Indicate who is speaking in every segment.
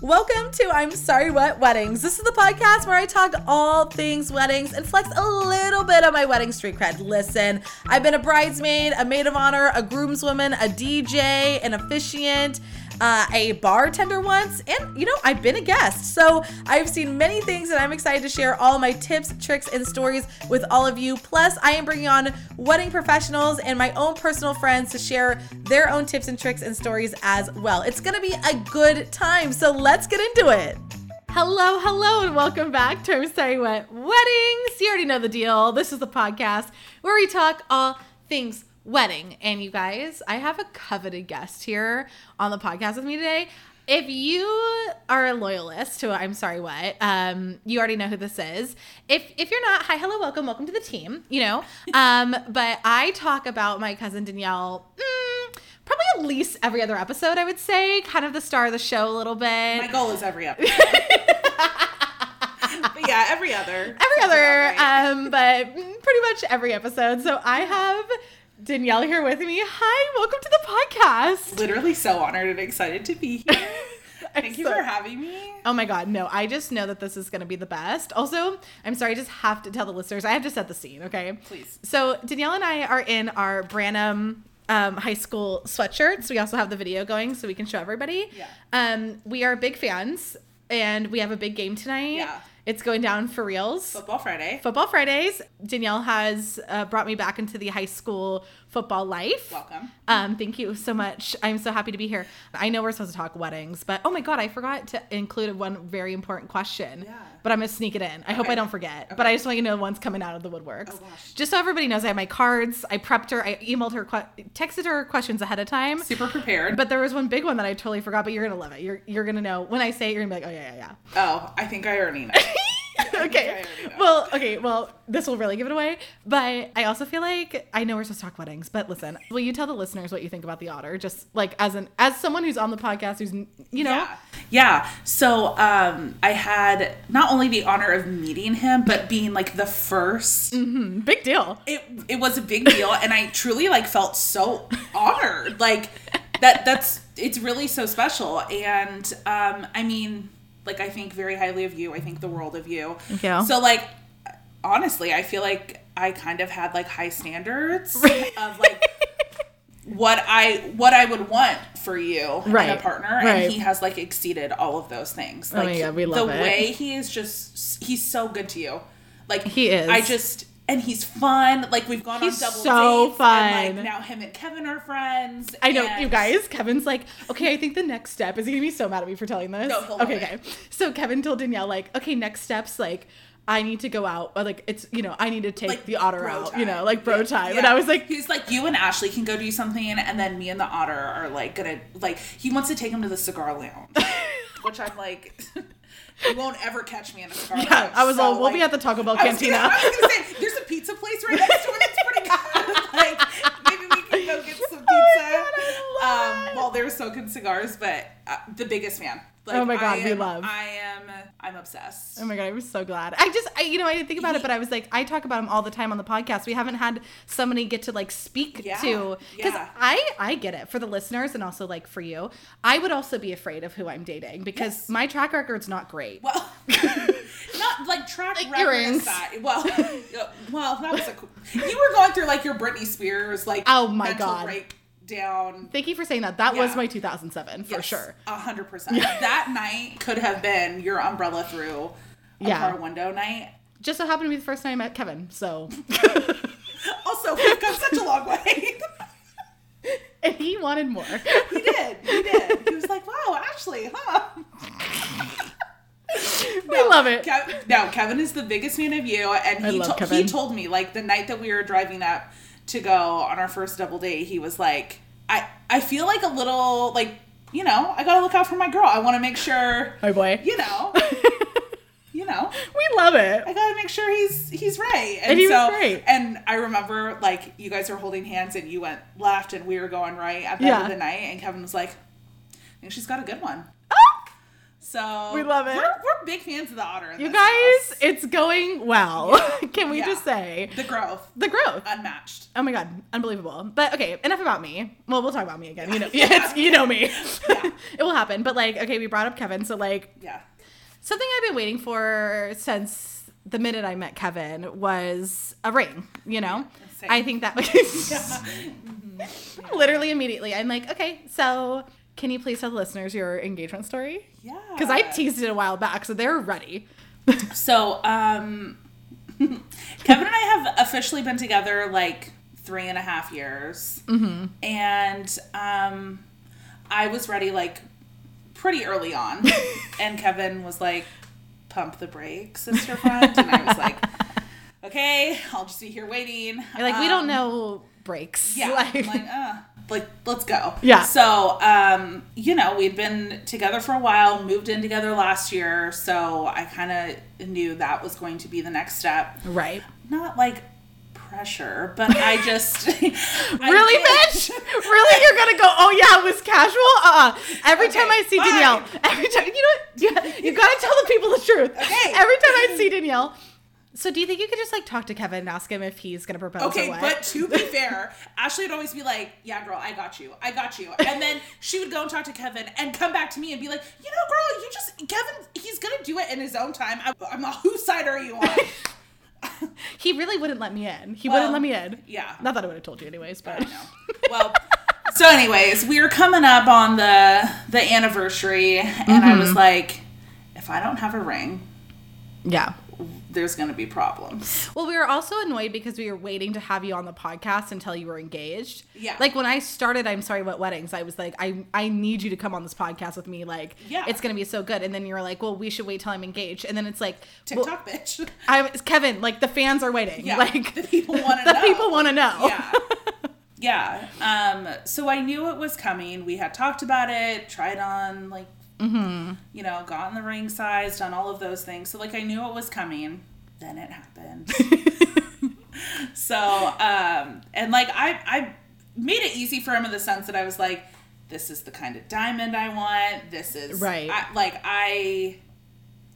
Speaker 1: Welcome to I'm Sorry What Weddings. This is the podcast where I talk all things weddings and flex a little bit of my wedding street cred. Listen, I've been a bridesmaid, a maid of honor, a groomswoman, a DJ, an officiant. Uh, a bartender once, and you know, I've been a guest. So I've seen many things, and I'm excited to share all my tips, tricks, and stories with all of you. Plus, I am bringing on wedding professionals and my own personal friends to share their own tips and tricks and stories as well. It's gonna be a good time, so let's get into it. Hello, hello, and welcome back to I'm Sorry What Weddings. You already know the deal. This is the podcast where we talk all things wedding. And you guys, I have a coveted guest here on the podcast with me today. If you are a loyalist to I'm sorry what, um, you already know who this is. If if you're not, hi, hello, welcome, welcome to the team. You know, um, but I talk about my cousin Danielle. mm, Probably at least every other episode, I would say, kind of the star of the show a little bit.
Speaker 2: My goal is every other. but yeah, every other.
Speaker 1: every
Speaker 2: Sounds
Speaker 1: other,
Speaker 2: about right.
Speaker 1: um, but pretty much every episode. So I have Danielle here with me. Hi, welcome to the podcast.
Speaker 2: Literally so honored and excited to be here. Thank you
Speaker 1: so-
Speaker 2: for having me.
Speaker 1: Oh my God, no, I just know that this is going to be the best. Also, I'm sorry, I just have to tell the listeners, I have to set the scene, okay?
Speaker 2: Please.
Speaker 1: So, Danielle and I are in our Branham um, High School sweatshirts. We also have the video going so we can show everybody.
Speaker 2: Yeah.
Speaker 1: Um, we are big fans and we have a big game tonight.
Speaker 2: Yeah.
Speaker 1: It's going down for reals.
Speaker 2: Football Friday.
Speaker 1: Football Fridays. Danielle has uh, brought me back into the high school football life.
Speaker 2: Welcome.
Speaker 1: Um, thank you so much. I'm so happy to be here. I know we're supposed to talk weddings, but oh my god, I forgot to include one very important question.
Speaker 2: Yeah.
Speaker 1: But I'm gonna sneak it in. I hope
Speaker 2: Okay.
Speaker 1: I don't forget. But I just want you to know one's coming out of the woodworks.
Speaker 2: Oh, gosh.
Speaker 1: Just so everybody knows, I have my cards. I prepped her. I emailed her, que- texted her questions ahead of time.
Speaker 2: Super prepared.
Speaker 1: But there was one big one that I totally forgot. But you're gonna love it. You're you're gonna know when I say it. You're gonna be like, oh yeah, yeah, yeah
Speaker 2: oh, I think I already know.
Speaker 1: okay.
Speaker 2: I already know.
Speaker 1: Well, okay. Well, this will really give it away. But I also feel like I know we're supposed to talk weddings, but listen, will you tell the listeners what you think about the otter? Just like as an as someone who's on the podcast, who's you know,
Speaker 2: Yeah. Yeah. So um, I had not only the honor of meeting him, but being like the 1st
Speaker 1: big deal.
Speaker 2: it it was a big deal and i truly like felt so honored like that that's it's really so special and um i mean like i think very highly of you i think the world of you
Speaker 1: Thank you.
Speaker 2: so like honestly i feel like i kind of had like high standards
Speaker 1: Right.
Speaker 2: of like what i what i would want for you
Speaker 1: Right.
Speaker 2: and a partner
Speaker 1: Right.
Speaker 2: and he has like exceeded all of those things
Speaker 1: my
Speaker 2: like
Speaker 1: God, we love
Speaker 2: the
Speaker 1: it.
Speaker 2: way he is just he's so good to you like
Speaker 1: He is.
Speaker 2: i just just and he's fun. Like we've gone
Speaker 1: He's
Speaker 2: on double
Speaker 1: so
Speaker 2: dates.
Speaker 1: fun.
Speaker 2: And, like now him and Kevin are friends.
Speaker 1: I know
Speaker 2: and-
Speaker 1: you guys. Kevin's like, okay, I think the next step is he gonna be so mad at me for telling this.
Speaker 2: No, he'll love
Speaker 1: okay,
Speaker 2: it.
Speaker 1: okay. So Kevin told Danielle like, okay, next steps like. I need to go out, or like it's you know I need to take the otter
Speaker 2: bro
Speaker 1: out,
Speaker 2: time.
Speaker 1: you know, like bro
Speaker 2: Yeah,
Speaker 1: time.
Speaker 2: yeah.
Speaker 1: And I was like,
Speaker 2: he's like, you and Ashley can go do something, and then me and the otter are like gonna like. He wants to take him to the cigar lounge, which I'm like, you won't ever catch me in a cigar
Speaker 1: yeah,
Speaker 2: lounge.
Speaker 1: I was
Speaker 2: so,
Speaker 1: all, we'll be
Speaker 2: like,
Speaker 1: at the Taco Bell
Speaker 2: Oh, I was,
Speaker 1: cantina.
Speaker 2: gonna, I was gonna say, there's a pizza place right next to it. It's pretty good. like, maybe we can go get some pizza.
Speaker 1: Oh I love
Speaker 2: um, while they're smoking cigars, but uh, the biggest fan. Like,
Speaker 1: Oh my
Speaker 2: I
Speaker 1: God, we
Speaker 2: am-
Speaker 1: love.
Speaker 2: I am. I'm obsessed.
Speaker 1: Oh my god, I'm so glad. I just, I, you know, I didn't think about it, but I was like, I talk about him all the time on the podcast. We haven't had somebody get to like speak
Speaker 2: Yeah,
Speaker 1: to because
Speaker 2: yeah.
Speaker 1: I, I get it for the listeners and also like for you. I would also be afraid of who I'm dating because
Speaker 2: Yes.
Speaker 1: my track record's not great.
Speaker 2: Well, not like track record
Speaker 1: earrings.
Speaker 2: aside. Well, uh, well, that was a. Cool, you were going through like your Britney Spears like.
Speaker 1: Oh my
Speaker 2: mental
Speaker 1: God.
Speaker 2: Breakdown.
Speaker 1: Thank you for saying that. That was
Speaker 2: Yeah.
Speaker 1: my 2007 for sure.
Speaker 2: A hundred percent. That night could have been your umbrella through a
Speaker 1: Yeah.
Speaker 2: car window night.
Speaker 1: Just so happened to be the first time I met Kevin, so
Speaker 2: Also, we've come such a long way.
Speaker 1: and he wanted more.
Speaker 2: he did. He did. He was like, "Wow, Ashley, huh?"
Speaker 1: I love it.
Speaker 2: Kev- no, Kevin is the biggest fan of you, and
Speaker 1: I
Speaker 2: he
Speaker 1: love
Speaker 2: to-
Speaker 1: Kevin.
Speaker 2: he told me like the night that we were driving up to go on our first double date, he was like, "I I feel like a little like you know I gotta look out for my girl. I want to make sure
Speaker 1: Oh boy,
Speaker 2: you know you know
Speaker 1: we love it.
Speaker 2: I gotta make sure he's he's right." And,
Speaker 1: And he was
Speaker 2: so
Speaker 1: right.
Speaker 2: and I remember like you guys were holding hands and you went left and we were going right at the end
Speaker 1: Yeah.
Speaker 2: of the night, and Kevin was like, "I think she's got a good one." So
Speaker 1: We love it.
Speaker 2: We're, we're big fans of the otter. in
Speaker 1: You
Speaker 2: this
Speaker 1: guys,
Speaker 2: house.
Speaker 1: it's going well. Can we
Speaker 2: Yeah.
Speaker 1: just say
Speaker 2: the growth
Speaker 1: the growth?
Speaker 2: unmatched.
Speaker 1: Oh my god, unbelievable. But okay, enough about me. Well, we'll talk about me again. You know, yeah, it's, you know me.
Speaker 2: Yeah.
Speaker 1: it will happen. But like, okay, we brought up Kevin, so like
Speaker 2: Yeah,
Speaker 1: something I've been waiting for since the minute I met Kevin was a ring, you know?
Speaker 2: same.
Speaker 1: I think that was
Speaker 2: Mm-hmm.
Speaker 1: literally immediately. I'm like, okay, so can you please tell the listeners your engagement story?
Speaker 2: yeah.
Speaker 1: Because I teased it a while back, so they're ready.
Speaker 2: So, um, Kevin and I have officially been together like three and a half years. Mm-hmm. And um, I was ready like pretty early on. and Kevin was like, pump the brakes, sister friend. And I was like, okay, I'll just be here waiting.
Speaker 1: You're like, we don't
Speaker 2: Um,
Speaker 1: know breaks.
Speaker 2: yeah,
Speaker 1: Like-
Speaker 2: like, like, uh, like let's go.
Speaker 1: Yeah.
Speaker 2: So, um, you know, we'd been together for a while, moved in together last year, so I kind of knew that was going to be the next step.
Speaker 1: right.
Speaker 2: Not like pressure, but I just I
Speaker 1: Really,
Speaker 2: did-
Speaker 1: bitch? Really? You're gonna go, oh yeah, it was casual? Uh uh Every time I see
Speaker 2: fine.
Speaker 1: Danielle, every time, you know what? You, you gotta tell the people the truth.
Speaker 2: Okay.
Speaker 1: Every time I see Danielle. So do you think you could just like talk to Kevin and ask him if he's gonna propose
Speaker 2: Okay,
Speaker 1: or what?
Speaker 2: but to be fair, Ashley would always be like, "Yeah, girl, I got you, I got you," and then she would go and talk to Kevin and come back to me and be like, "You know, girl, you just Kevin, he's gonna do it in his own time. I, I'm, whose side are you on?"
Speaker 1: he really wouldn't let me in. He
Speaker 2: Well,
Speaker 1: wouldn't let me in.
Speaker 2: yeah.
Speaker 1: Not that I would have told you anyways, but
Speaker 2: don't know. Well, so anyways, we were coming up on the the anniversary, and I
Speaker 1: Mm-hmm.
Speaker 2: was like, if I don't have a ring,
Speaker 1: yeah.
Speaker 2: there's gonna be problems.
Speaker 1: Well, we were also annoyed because we were waiting to have you on the podcast until you were engaged.
Speaker 2: Yeah.
Speaker 1: Like when I started, I'm sorry, what weddings? I was like, I I need you to come on this podcast with me. Like,
Speaker 2: Yeah.
Speaker 1: it's gonna be so good. And then you were like, well, we should wait till I'm engaged. And then it's like, well,
Speaker 2: TikTok, bitch.
Speaker 1: I was Kevin. Like the fans are waiting.
Speaker 2: Yeah,
Speaker 1: Like
Speaker 2: the people wanna
Speaker 1: the
Speaker 2: know.
Speaker 1: people want to know.
Speaker 2: Yeah. Yeah. Um, so I knew it was coming. We had talked about it, tried on, like, you know, gotten the ring size, done all of those things. So, like, I knew it was coming. Then it happened. so, um, and like, I, I made it easy for him in the sense that I was like, this is the kind of diamond I want. This is,
Speaker 1: Right.
Speaker 2: I, like, I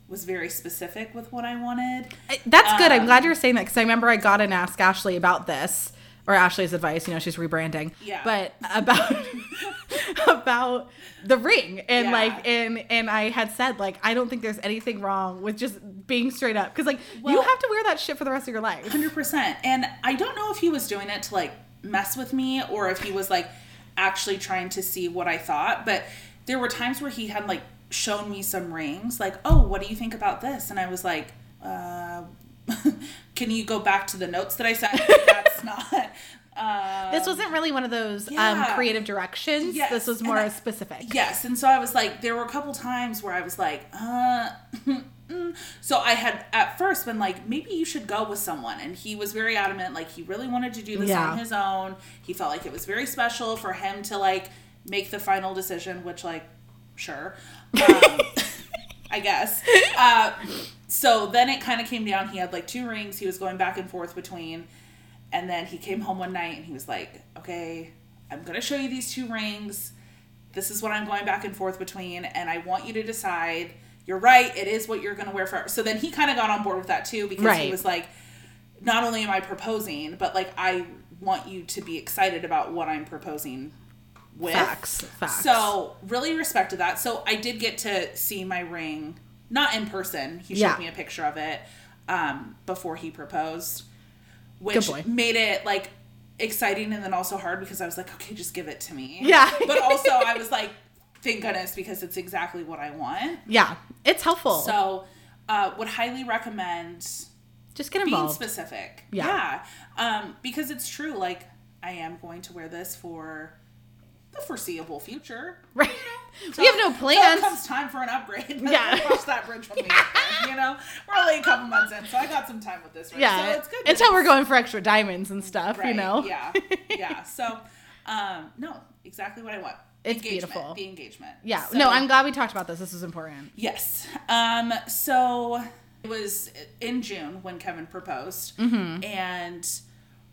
Speaker 2: was very specific with what I wanted.
Speaker 1: I- That's good.
Speaker 2: Um,
Speaker 1: I'm glad you're saying that because I remember I got and asked Ashley about this or Ashley's advice. You know, she's rebranding.
Speaker 2: Yeah.
Speaker 1: But about about the ring and
Speaker 2: Yeah.
Speaker 1: like and and I had said like I don't think there's anything wrong with just being straight up because like you
Speaker 2: Well-
Speaker 1: have to wear that shit for the rest of your life.
Speaker 2: Hundred percent. And I don't know if he was doing it to like mess with me or if he was like actually trying to see what I thought. But there were times where he had like shown me some rings, like, "Oh, what do you think about this?" And I was like, uh, "Can you go back to the notes that I sent?" That's not. Uh,
Speaker 1: This wasn't really one of those um,
Speaker 2: Yeah.
Speaker 1: creative directions.
Speaker 2: Yes,
Speaker 1: This was
Speaker 2: and
Speaker 1: more
Speaker 2: I-
Speaker 1: specific.
Speaker 2: Yes, and so I was like, there were a couple times where I was like, uh. mm. So I had at first been like, maybe you should go with someone, and he was very adamant, like he really wanted to do this
Speaker 1: Yeah.
Speaker 2: on his own. He felt like it was very special for him to like make the final decision, which like, sure, um, I guess. Uh, so then it kind of came down. He had like two rings. He was going back and forth between. And then he came home one night and he was like, okay, I'm going to show you these two rings. This is what I'm going back and forth between. And I want you to decide. You're right. It is what you're going to wear forever. So then he kind of got on board with that too because
Speaker 1: Right.
Speaker 2: he was like, not only am I proposing, but like, I want you to be excited about what I'm proposing with.
Speaker 1: Facts. Facts.
Speaker 2: So really respected that. So I did get to see my ring, not in person. He
Speaker 1: Yeah.
Speaker 2: showed me a picture of it um, before he proposed, which
Speaker 1: boy.
Speaker 2: made it like exciting and then also hard because I was like, okay, just give it to me.
Speaker 1: Yeah.
Speaker 2: but also I was like, thank goodness because it's exactly what I want.
Speaker 1: yeah, it's helpful.
Speaker 2: So uh, would highly recommend
Speaker 1: just get
Speaker 2: being
Speaker 1: involved.
Speaker 2: specific.
Speaker 1: Yeah.
Speaker 2: Yeah. Um, because it's true. Like, I am going to wear this for the foreseeable future.
Speaker 1: Right.
Speaker 2: So
Speaker 1: We have no plans.
Speaker 2: It comes time for an upgrade.
Speaker 1: Yeah.
Speaker 2: Yeah. Cross that bridge when we get there, You know, we're only a couple months in, so I got some time with this. Right?
Speaker 1: yeah.
Speaker 2: So it's good.
Speaker 1: Until we're going for extra diamonds and stuff,
Speaker 2: Right.
Speaker 1: you know.
Speaker 2: Yeah. Yeah. So, um, no, exactly what I want.
Speaker 1: It's
Speaker 2: engagement,
Speaker 1: beautiful.
Speaker 2: The engagement.
Speaker 1: Yeah.
Speaker 2: So-
Speaker 1: no, I'm glad we talked about this. This is important.
Speaker 2: Yes. Um, so it was in June when Kevin proposed.
Speaker 1: Mm-hmm.
Speaker 2: And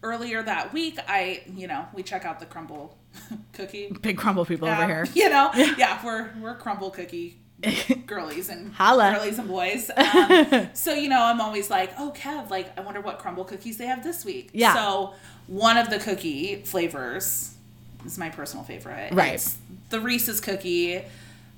Speaker 2: earlier that week, I, you know, we check out the crumble cookie.
Speaker 1: Big crumble people
Speaker 2: app,
Speaker 1: over here.
Speaker 2: You know, yeah, we're, we're crumble cookie girlies and
Speaker 1: Holla.
Speaker 2: girlies and boys. Um, so you know, I'm always like, oh, Kev, like I wonder what crumble cookies they have this week.
Speaker 1: Yeah.
Speaker 2: So one of the cookie flavors is my personal favorite.
Speaker 1: Right.
Speaker 2: It's the Reese's cookie,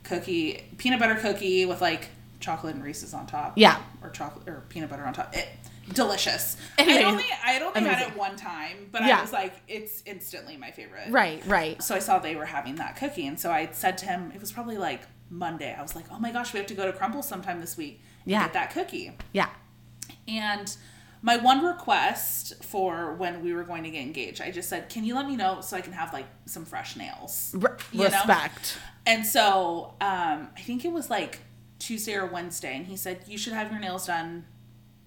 Speaker 2: cookie peanut butter cookie with like chocolate and Reese's on top.
Speaker 1: Yeah.
Speaker 2: Or chocolate or peanut butter on top. It, delicious.
Speaker 1: Amazing.
Speaker 2: I only I had only had
Speaker 1: Amazing.
Speaker 2: it one time, but
Speaker 1: Yeah.
Speaker 2: I was like, it's instantly my favorite.
Speaker 1: Right, right.
Speaker 2: So I saw they were having that cookie, and so I said to him, it was probably like Monday. I was like, oh my gosh, we have to go to Crumble sometime this week and
Speaker 1: Yeah.
Speaker 2: get that cookie.
Speaker 1: Yeah.
Speaker 2: And my one request for when we were going to get engaged, I just said, can you let me know so I can have like some fresh nails?
Speaker 1: Re-
Speaker 2: You know?
Speaker 1: respect.
Speaker 2: And so um, I think it was like Tuesday or Wednesday, and he said, You should have your nails done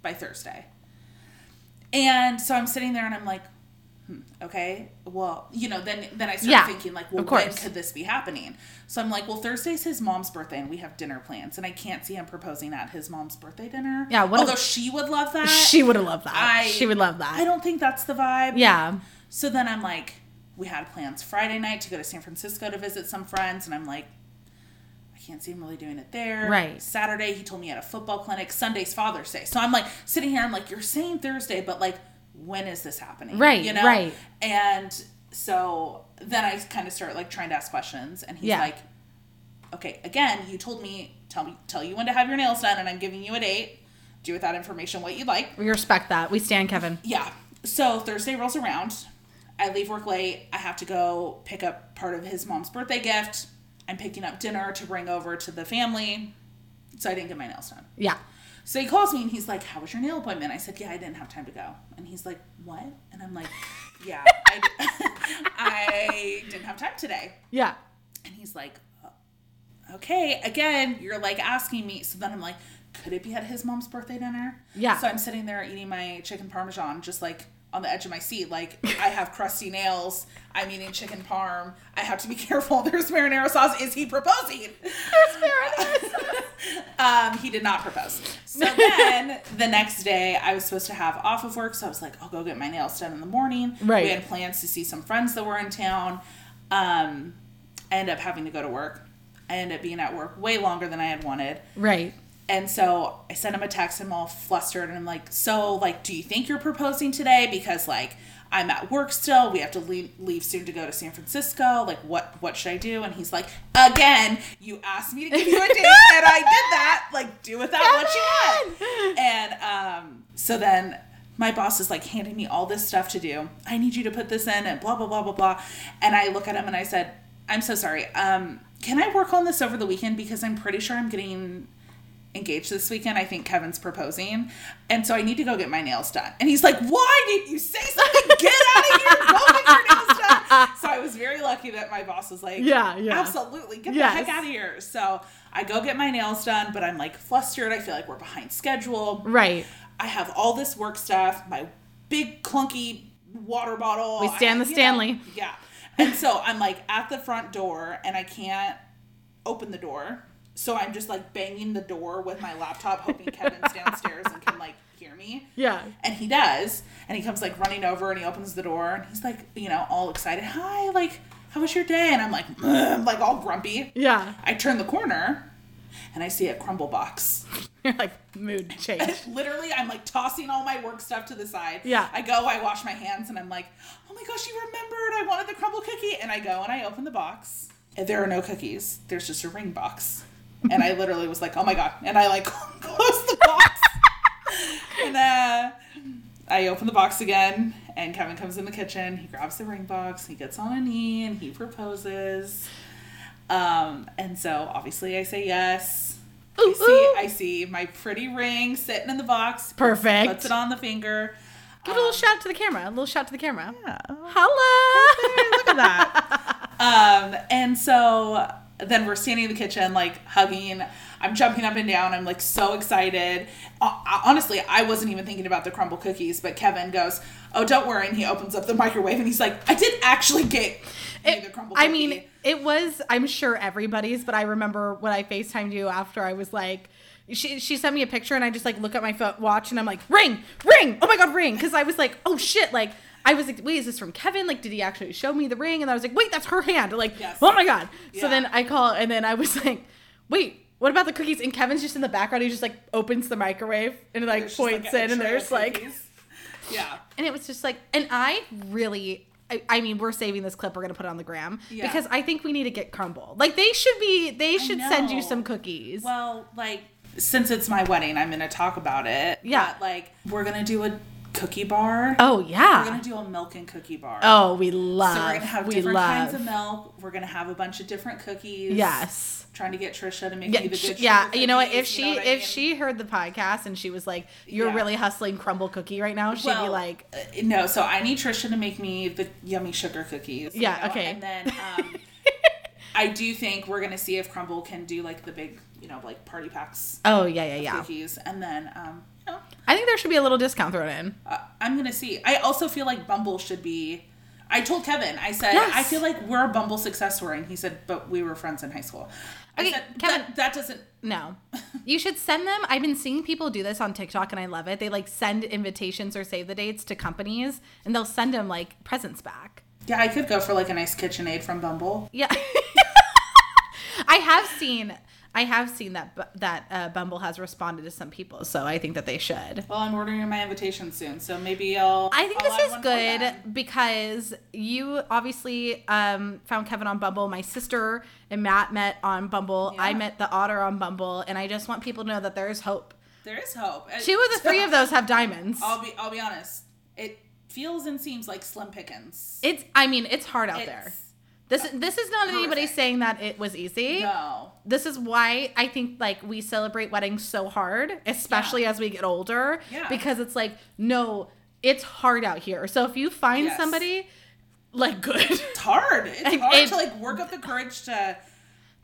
Speaker 2: by Thursday. And so I'm sitting there and I'm like, hmm, okay, well, you know, then then I started
Speaker 1: Yeah,
Speaker 2: thinking, like, well,
Speaker 1: of
Speaker 2: when
Speaker 1: course.
Speaker 2: could this be happening? So I'm like, well, Thursday's his mom's birthday and we have dinner plans, and I can't see him proposing at his mom's birthday dinner.
Speaker 1: Yeah, what a-
Speaker 2: although she would love that.
Speaker 1: She would have loved that.
Speaker 2: I-
Speaker 1: she would love that.
Speaker 2: I don't think that's the vibe.
Speaker 1: yeah.
Speaker 2: So then I'm like, we had plans Friday night to go to San Francisco to visit some friends, and I'm like, I can't see him really doing it there.
Speaker 1: Right.
Speaker 2: Saturday, he told me at a football clinic. Sunday's Father's Day. So I'm like sitting here, I'm like, you're saying Thursday, but like, when is this happening?
Speaker 1: Right, right.
Speaker 2: And so then I kind of start like trying to ask questions, and he's
Speaker 1: Yeah.
Speaker 2: like, okay, again, you told me tell me tell you when to have your nails done, and I'm giving you a date. Do with that information what you'd like.
Speaker 1: We respect that. We stand Kevin.
Speaker 2: Yeah. So Thursday rolls around. I leave work late. I have to go pick up part of his mom's birthday gift. I'm picking up dinner to bring over to the family. So I didn't get my nails done.
Speaker 1: Yeah.
Speaker 2: So he calls me and he's like, How was your nail appointment? I said, Yeah, I didn't have time to go. And he's like, What? And I'm like, Yeah, I, di- I didn't have time today.
Speaker 1: Yeah.
Speaker 2: And he's like, "Uh, okay, again, you're like asking me. So then I'm like, could it be at his mom's birthday dinner?
Speaker 1: Yeah.
Speaker 2: So I'm sitting there eating my chicken parmesan, just like on the edge of my seat. Like, I have crusty nails. I'm eating chicken parm. I have to be careful. There's marinara sauce. Is he proposing? Um, he did not propose. So then the next day, I was supposed to have off of work. So I was like, I'll go get my nails done in the morning.
Speaker 1: Right.
Speaker 2: We had plans to see some friends that were in town. Um, I ended up having to go to work. I ended up being at work way longer than I had wanted.
Speaker 1: Right.
Speaker 2: And so I sent him a text. I'm all flustered, and I'm like, "So, like, do you think you're proposing today? Because like, I'm at work still. We have to leave, leave soon to go to San Francisco. Like, what what should I do?" And he's like, "Again, you asked me to give you a date, and I did that. Like, do with that what you had." And um, so then my boss is like handing me all this stuff to do. I need you to put this in, and blah blah blah blah blah. And I look at him and I said, "I'm so sorry. Um, can I work on this over the weekend? Because I'm pretty sure I'm getting." engaged this weekend. I think Kevin's proposing. And so I need to go get my nails done. And he's like, Why didn't you say something? Get out of here. Go get your nails done. So I was very lucky that my boss was like,
Speaker 1: Yeah, yeah.
Speaker 2: Absolutely. Get
Speaker 1: Yes.
Speaker 2: the heck out of here. So I go get my nails done, but I'm like flustered. I feel like we're behind schedule.
Speaker 1: Right.
Speaker 2: I have all this work stuff, my big clunky water bottle.
Speaker 1: We stand the
Speaker 2: I- you know,
Speaker 1: Stanley.
Speaker 2: yeah. And so I'm like at the front door and I can't open the door. So I'm just like banging the door with my laptop, hoping Kevin's downstairs and can like hear me.
Speaker 1: Yeah.
Speaker 2: And he does. And he comes like running over and he opens the door and he's like, you know, all excited. Hi, like, how was your day? And I'm like, "Ugh," like all grumpy.
Speaker 1: Yeah.
Speaker 2: I turn the corner and I see a crumble box.
Speaker 1: You're like mood change.
Speaker 2: Literally, I'm like tossing all my work stuff to the side.
Speaker 1: Yeah.
Speaker 2: I go, I wash my hands, and I'm like, oh my gosh, you remembered I wanted the crumble cookie. And I go and I open the box. And there are no cookies. There's just a ring box. And I literally was like, oh my god. And I like close the box. and uh, I open the box again, and Kevin comes in the kitchen. He grabs the ring box. He gets on a knee and he proposes. Um, and so obviously I say yes. I
Speaker 1: Ooh,
Speaker 2: see,
Speaker 1: ooh.
Speaker 2: I see my pretty ring sitting in the box.
Speaker 1: Perfect.
Speaker 2: Puts it on the finger.
Speaker 1: Give a little shout to the camera. A little shout to the camera.
Speaker 2: Um, Yeah.
Speaker 1: Holla.
Speaker 2: Look at that. um, and so then we're standing in the kitchen, like hugging. I'm jumping up and down. I'm like so excited. Ho- Honestly, I wasn't even thinking about the crumble cookies, but Kevin goes, "Oh, don't worry." And he opens up the microwave and he's like, "I did actually get you the crumble."
Speaker 1: I
Speaker 2: cookie."
Speaker 1: mean, it was, I'm sure everybody's, but I remember when I FaceTimed you after I was like, she, she sent me a picture and I just like look at my foot watch and I'm like, ring, ring, oh my God, ring. Cause I was like, oh shit, like, I was like, wait, is this from Kevin? Like, did he actually show me the ring? And I was like, wait, that's her hand. Like,
Speaker 2: Yes.
Speaker 1: oh my God. So
Speaker 2: Yeah.
Speaker 1: then I call and then I was like, wait, What about the cookies? And Kevin's just in the background. He just like opens the microwave and like
Speaker 2: There's just,
Speaker 1: points
Speaker 2: like, a
Speaker 1: in, and
Speaker 2: tray of
Speaker 1: there's like,
Speaker 2: cookies. yeah.
Speaker 1: and it was just like, and I really. I, I mean, we're saving this clip. We're gonna put it on the gram
Speaker 2: Yeah.
Speaker 1: because I think we need to get crumble. Like they should be, they should send you
Speaker 2: know.
Speaker 1: some cookies.
Speaker 2: Well, like since it's my wedding, I'm gonna talk about it.
Speaker 1: Yeah.
Speaker 2: But, like we're gonna do a cookie bar.
Speaker 1: oh
Speaker 2: We're
Speaker 1: yeah.
Speaker 2: gonna do a milk and cookie bar.
Speaker 1: Oh, we love.
Speaker 2: So we're gonna have
Speaker 1: we
Speaker 2: different
Speaker 1: love.
Speaker 2: kinds of milk. We're gonna have a bunch of different cookies.
Speaker 1: yes.
Speaker 2: Trying to get Trisha to make
Speaker 1: Yeah,
Speaker 2: me the
Speaker 1: sh-
Speaker 2: good.
Speaker 1: yeah.
Speaker 2: sugar
Speaker 1: You know what? If
Speaker 2: cookies,
Speaker 1: she
Speaker 2: you know what I
Speaker 1: if
Speaker 2: mean?
Speaker 1: she heard the podcast and she was like, "You're
Speaker 2: Yeah.
Speaker 1: really hustling crumble cookie right now," she'd be
Speaker 2: Well,
Speaker 1: like,
Speaker 2: uh, no. So I need Trisha to make me the yummy sugar cookies. you
Speaker 1: Yeah,
Speaker 2: know?
Speaker 1: okay.
Speaker 2: And then um, I do think we're gonna see if Crumble can do like the big, you know, like party packs
Speaker 1: "Oh yeah, yeah, yeah."
Speaker 2: cookies, and then um, you know,
Speaker 1: I think there should be a little discount thrown in.
Speaker 2: uh, I'm gonna see. I also feel like Bumble should be. I told Kevin. I said
Speaker 1: Yes.
Speaker 2: I feel like we're a Bumble success story, and he said, "But we were friends in high school."
Speaker 1: Okay,
Speaker 2: I said,
Speaker 1: Kevin.
Speaker 2: That, that doesn't.
Speaker 1: No, you should send them. I've been seeing people do this on TikTok, and I love it. They like send invitations or save the dates to companies, and they'll send them like presents back.
Speaker 2: Yeah, I could go for like a nice KitchenAid from Bumble.
Speaker 1: Yeah. I have seen I have seen that bu- that uh, Bumble has responded to some people, so I think that they should.
Speaker 2: Well, I'm ordering my invitation soon, so maybe I'll.
Speaker 1: I think
Speaker 2: I'll add
Speaker 1: this is
Speaker 2: one for them.
Speaker 1: good because you obviously um, found Kevin on Bumble. My sister and Matt met on Bumble. I
Speaker 2: Yeah.
Speaker 1: met the otter on Bumble, and I just want people to know that there is hope.
Speaker 2: There is hope.
Speaker 1: Two of the three of those have diamonds.
Speaker 2: I'll be. I'll be honest. It feels and seems like slim pickings.
Speaker 1: It's I mean it's hard out
Speaker 2: It's
Speaker 1: there. This this is not anybody
Speaker 2: horrific.
Speaker 1: saying that it was easy.
Speaker 2: No.
Speaker 1: this is why I think like we celebrate weddings so hard, especially as we get older,
Speaker 2: Yeah.
Speaker 1: because it's like no, it's hard out here. So if you find
Speaker 2: Yes.
Speaker 1: somebody, like good,
Speaker 2: It's hard. It's
Speaker 1: And
Speaker 2: hard
Speaker 1: it-
Speaker 2: to like work up the courage to.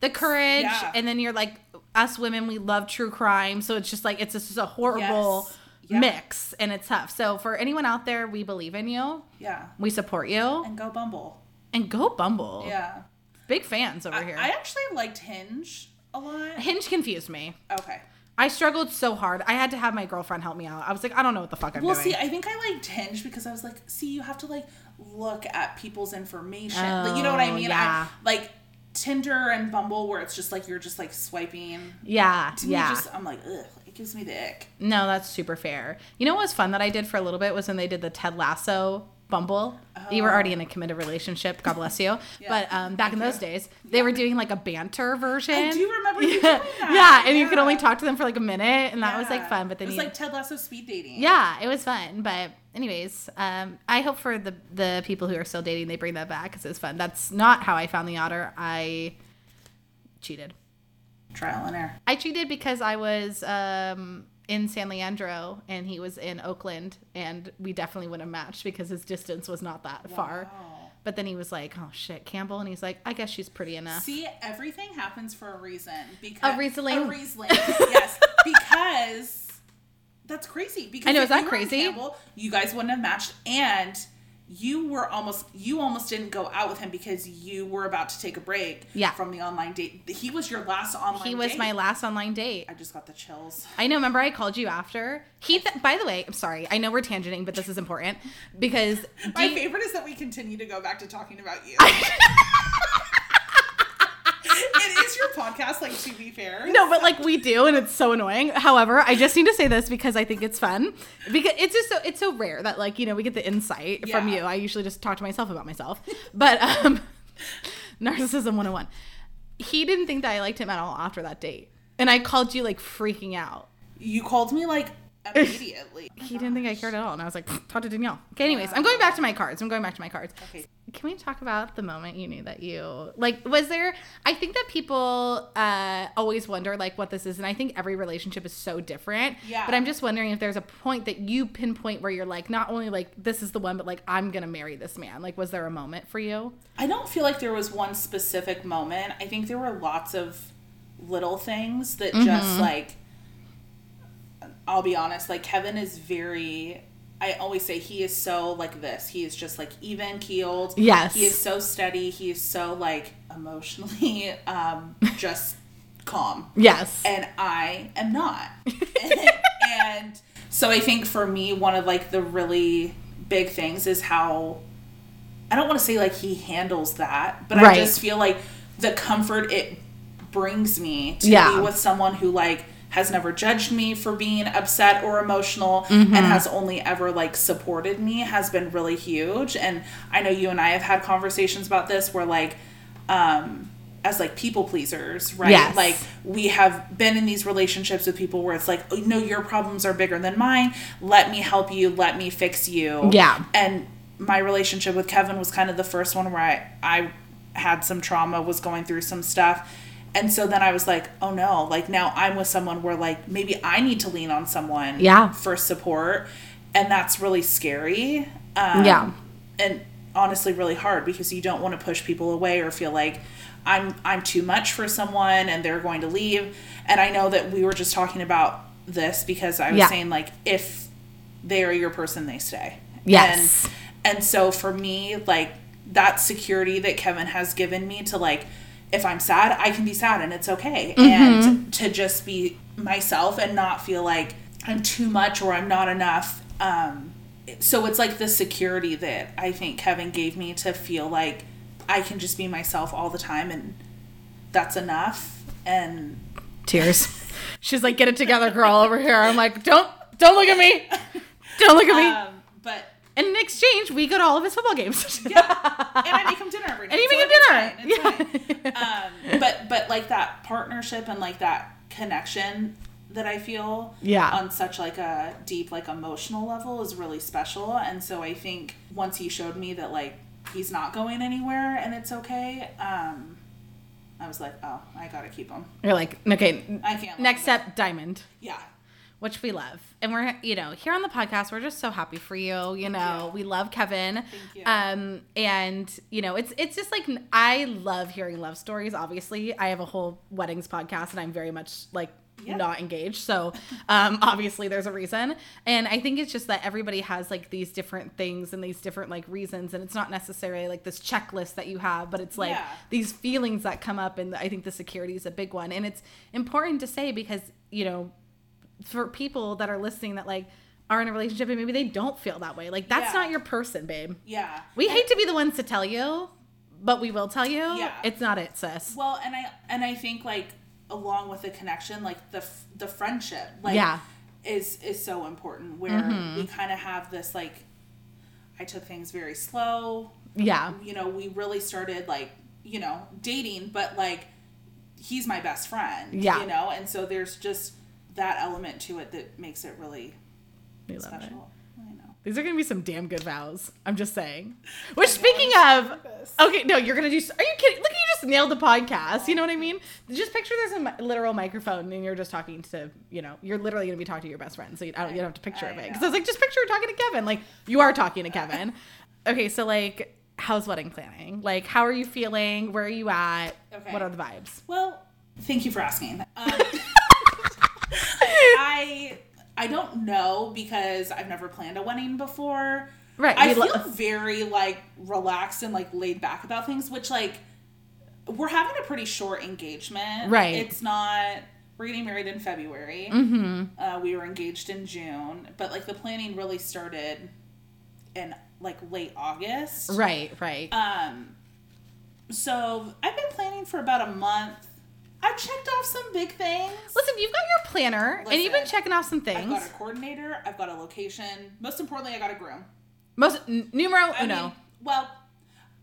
Speaker 1: the courage,
Speaker 2: Yeah.
Speaker 1: and then you're like us women, we love true crime, so it's just like it's just a horrible
Speaker 2: Yes. Yeah.
Speaker 1: mix, and it's tough. So for anyone out there, we believe in you,
Speaker 2: Yeah.
Speaker 1: we support you,
Speaker 2: And go Bumble.
Speaker 1: and go Bumble.
Speaker 2: Yeah.
Speaker 1: Big fans over
Speaker 2: I,
Speaker 1: here.
Speaker 2: I actually liked Hinge a lot.
Speaker 1: Hinge confused me.
Speaker 2: Okay.
Speaker 1: I struggled so hard. I had to have my girlfriend help me out. I was like, I don't know what the fuck I'm
Speaker 2: Well,
Speaker 1: doing.
Speaker 2: see, I think I liked Hinge because I was like, see, you have to like look at people's information. like, you know what I
Speaker 1: Oh,
Speaker 2: mean?
Speaker 1: yeah.
Speaker 2: I, like Tinder and Bumble, where it's just like you're just like swiping.
Speaker 1: Yeah,
Speaker 2: To
Speaker 1: yeah.
Speaker 2: Me just, I'm like, ugh, it gives me the ick.
Speaker 1: no, that's super fair. You know what was fun that I did for a little bit was when they did the Ted Lasso Bumble. You were
Speaker 2: Oh.
Speaker 1: already in a committed relationship. God bless you. But um, back in those days, they were doing like a banter version.
Speaker 2: I do remember you doing
Speaker 1: yeah.
Speaker 2: that.
Speaker 1: yeah, and you could
Speaker 2: Yeah.
Speaker 1: only talk to them for like a minute, and that was like
Speaker 2: Yeah.
Speaker 1: fun. But then
Speaker 2: it was
Speaker 1: you,
Speaker 2: like Ted Lasso speed dating.
Speaker 1: yeah, it was fun. But anyways, um, I hope for the the people who are still dating they bring that back because it was fun. That's not how I found the otter. I cheated.
Speaker 2: Trial and error.
Speaker 1: I cheated because I was um, in San Leandro and he was in Oakland, and we definitely would not have matched because his distance was not that far.
Speaker 2: Wow.
Speaker 1: But then he was like, "Oh shit, Campbell," and he's like, "I guess she's pretty enough."
Speaker 2: See, everything happens for a reason. Because
Speaker 1: A Riesling.
Speaker 2: A Riesling. yes, because that's crazy. Because
Speaker 1: I know,
Speaker 2: if
Speaker 1: is that
Speaker 2: you were in
Speaker 1: crazy?
Speaker 2: Campbell, you guys wouldn't have matched, and you were almost you almost didn't go out with him because you were about to take a break.
Speaker 1: Yeah.
Speaker 2: From the online date, he was your last online.
Speaker 1: he was
Speaker 2: date.
Speaker 1: my last online date.
Speaker 2: I just got the chills.
Speaker 1: I know. Remember, I called you after he. Th- by the way, I'm sorry. I know we're tangenting, but this is important because
Speaker 2: My
Speaker 1: D-
Speaker 2: favorite is that we continue to go back to talking about you. it is your podcast, like to be fair.
Speaker 1: No, but like we do, and it's so annoying. However, I just need to say this because I think it's fun. Because it's just so it's so rare that like you know we get the insight from
Speaker 2: Yeah.
Speaker 1: you. I usually just talk to myself about myself, but um, narcissism 101. He didn't think that I liked him at all after that date, and I called you like freaking out.
Speaker 2: You called me like immediately.
Speaker 1: He didn't think I cared at all, and I was like, talk to Danielle. Okay, anyways, I'm going back to my cards. I'm going back to my cards.
Speaker 2: Okay.
Speaker 1: Can we talk about the moment you knew that you like? Was there? I think that people uh, always wonder like what this is, and I think every relationship is so different.
Speaker 2: Yeah.
Speaker 1: But I'm just wondering if there's a point that you pinpoint where you're like, not only like this is the one, but like I'm gonna marry this man. Like, was there a moment for you?
Speaker 2: I don't feel like there was one specific moment. I think there were lots of little things that just like I'll be honest, like Kevin is very I always say he is so like this. He is just like even keeled.
Speaker 1: Yes.
Speaker 2: He is so steady. He is so like emotionally um just calm.
Speaker 1: Yes.
Speaker 2: and I am not. and so I think for me, one of like the really big things is how I don't want to say like he handles that, but
Speaker 1: Right.
Speaker 2: I just feel like the comfort it brings me to
Speaker 3: Yeah.
Speaker 2: be with someone who like has never judged me for being upset or emotional and has only ever like supported me has been really huge and i know you and i have had conversations about this where like um as like people pleasers right
Speaker 3: Yes.
Speaker 2: like we have been in these relationships with people where it's like oh, no your problems are bigger than mine let me help you let me fix you
Speaker 3: Yeah.
Speaker 2: and my relationship with Kevin was kind of the first one where I, I had some trauma, was going through some stuff. And so then I was like, oh no, like now I'm with someone where like maybe I need to lean on someone
Speaker 3: Yeah.
Speaker 2: for support. And that's really scary. Um,
Speaker 3: Yeah.
Speaker 2: And honestly, really hard because you don't want to push people away or feel like I'm I'm too much for someone and they're going to leave. And I know that we were just talking about this because I was
Speaker 3: Yeah.
Speaker 2: saying like if they are your person, they stay.
Speaker 3: Yes.
Speaker 2: And, and so for me, like that security that Kevin has given me to like, if I'm sad, I can be sad and it's okay. And to just be myself and not feel like I'm too much or I'm not enough. Um, so it's like the security that I think Kevin gave me to feel like I can just be myself all the time and that's enough. And
Speaker 3: Tears.
Speaker 1: She's like, get it together, girl, over here. I'm like, don't don't look at me. Don't look at me.
Speaker 2: um, but
Speaker 1: and in exchange, we go to all of his football games.
Speaker 2: and I make him dinner every night.
Speaker 1: And you
Speaker 2: so
Speaker 1: make
Speaker 2: it's
Speaker 1: him
Speaker 2: fine,
Speaker 1: dinner.
Speaker 2: it's fine. um, but but like that partnership and like that connection that I feel
Speaker 3: Yeah.
Speaker 2: on such like a deep like emotional level is really special and so I think once he showed me that like he's not going anywhere and it's okay um I was like oh I gotta keep him
Speaker 1: You're like, okay.
Speaker 2: I can't let
Speaker 1: Next
Speaker 2: him
Speaker 1: step, diamond.
Speaker 2: go. yeah
Speaker 1: which we love. And we're, you know, here on the podcast, we're just so happy for you. You know, we love Kevin.
Speaker 2: you.
Speaker 1: Um, and you know, it's it's just like I love hearing love stories. Obviously, I have a whole weddings podcast, and I'm very much like
Speaker 2: Yeah.
Speaker 1: not engaged. So, um, obviously, there's a reason. And I think it's just that everybody has like these different things and these different like reasons, and it's not necessarily like this checklist that you have, but it's like
Speaker 2: Yeah.
Speaker 1: these feelings that come up, and I think the security is a big one, and it's important to say because you know for people that are listening that like are in a relationship and maybe they don't feel that way. Like that's
Speaker 2: Yeah.
Speaker 1: not your person, babe.
Speaker 2: yeah
Speaker 1: We hate to be the ones to tell you, but we will tell you.
Speaker 2: Yeah.
Speaker 1: It's not it, sis.
Speaker 2: Well, and I and I think like along with the connection, like the f- the friendship, like
Speaker 1: Yeah. Mm-hmm.
Speaker 2: is is so important. Where we kind of have this like, I took things very slow.
Speaker 1: Yeah.
Speaker 2: You know, we really started like you know dating, but like he's my best friend.
Speaker 1: Yeah.
Speaker 2: You know, and so there's just that element to it that makes it really
Speaker 1: We love it.
Speaker 2: special. I know.
Speaker 1: These are gonna be some damn good vows. I'm just saying. Which speaking of, okay, no, you're gonna do. Are you kidding? Look, you just nailed the podcast. You know what I mean? Just picture there's a mi- literal microphone and you're just talking to, you know, you're literally gonna be talking to your best friend. So you, I don't, you don't have to picture
Speaker 2: I
Speaker 1: of it because
Speaker 2: know.
Speaker 1: I was like, just picture talking to Kevin. Like you are talking to Kevin. Okay, so like, how's wedding planning? Like, how are you feeling? Where are you at?
Speaker 2: Okay.
Speaker 1: What are the vibes?
Speaker 2: Well, thank you for asking. Um, I I don't know because I've never planned a wedding before.
Speaker 1: Right,
Speaker 2: I
Speaker 1: we
Speaker 2: feel
Speaker 1: lo-
Speaker 2: very like relaxed and like laid back about things, which like we're having a pretty short engagement.
Speaker 1: Right.
Speaker 2: It's not. We're getting married in February.
Speaker 1: Mm-hmm.
Speaker 2: Uh, we were engaged in June, but like the planning really started in like late August.
Speaker 1: Right, right.
Speaker 2: Um, so I've been planning for about a month. I've checked off some big things.
Speaker 1: Listen, you've got your planner and you've been
Speaker 2: Listen,
Speaker 1: checking off some
Speaker 2: I've
Speaker 1: things.
Speaker 2: got a coordinator. I've got a location. Most importantly, I got a groom.
Speaker 1: Most n- numero
Speaker 2: I
Speaker 1: uno.
Speaker 2: mean, well,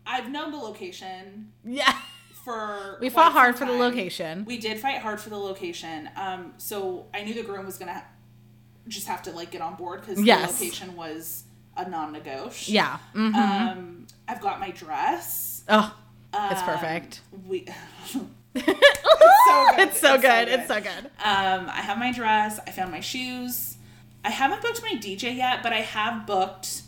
Speaker 2: I've known the location
Speaker 1: yeah.
Speaker 2: for.
Speaker 1: We
Speaker 2: quite
Speaker 1: fought
Speaker 2: some
Speaker 1: hard for the
Speaker 2: time.
Speaker 1: location.
Speaker 2: We did fight hard for the location. Um, so I knew the groom was gonna ha- just have to like get on board because
Speaker 1: Yes.
Speaker 2: the location was a non-negotiable.
Speaker 1: Yeah. Mm.
Speaker 2: Um, I've got my dress.
Speaker 1: Oh, it's
Speaker 2: Um,
Speaker 1: perfect.
Speaker 2: We.
Speaker 1: it's
Speaker 2: good.
Speaker 1: so
Speaker 2: It's so
Speaker 1: good.
Speaker 2: good.
Speaker 1: It's so good.
Speaker 2: Um, I have my dress. I found my shoes. I haven't booked my DJ yet, but I have booked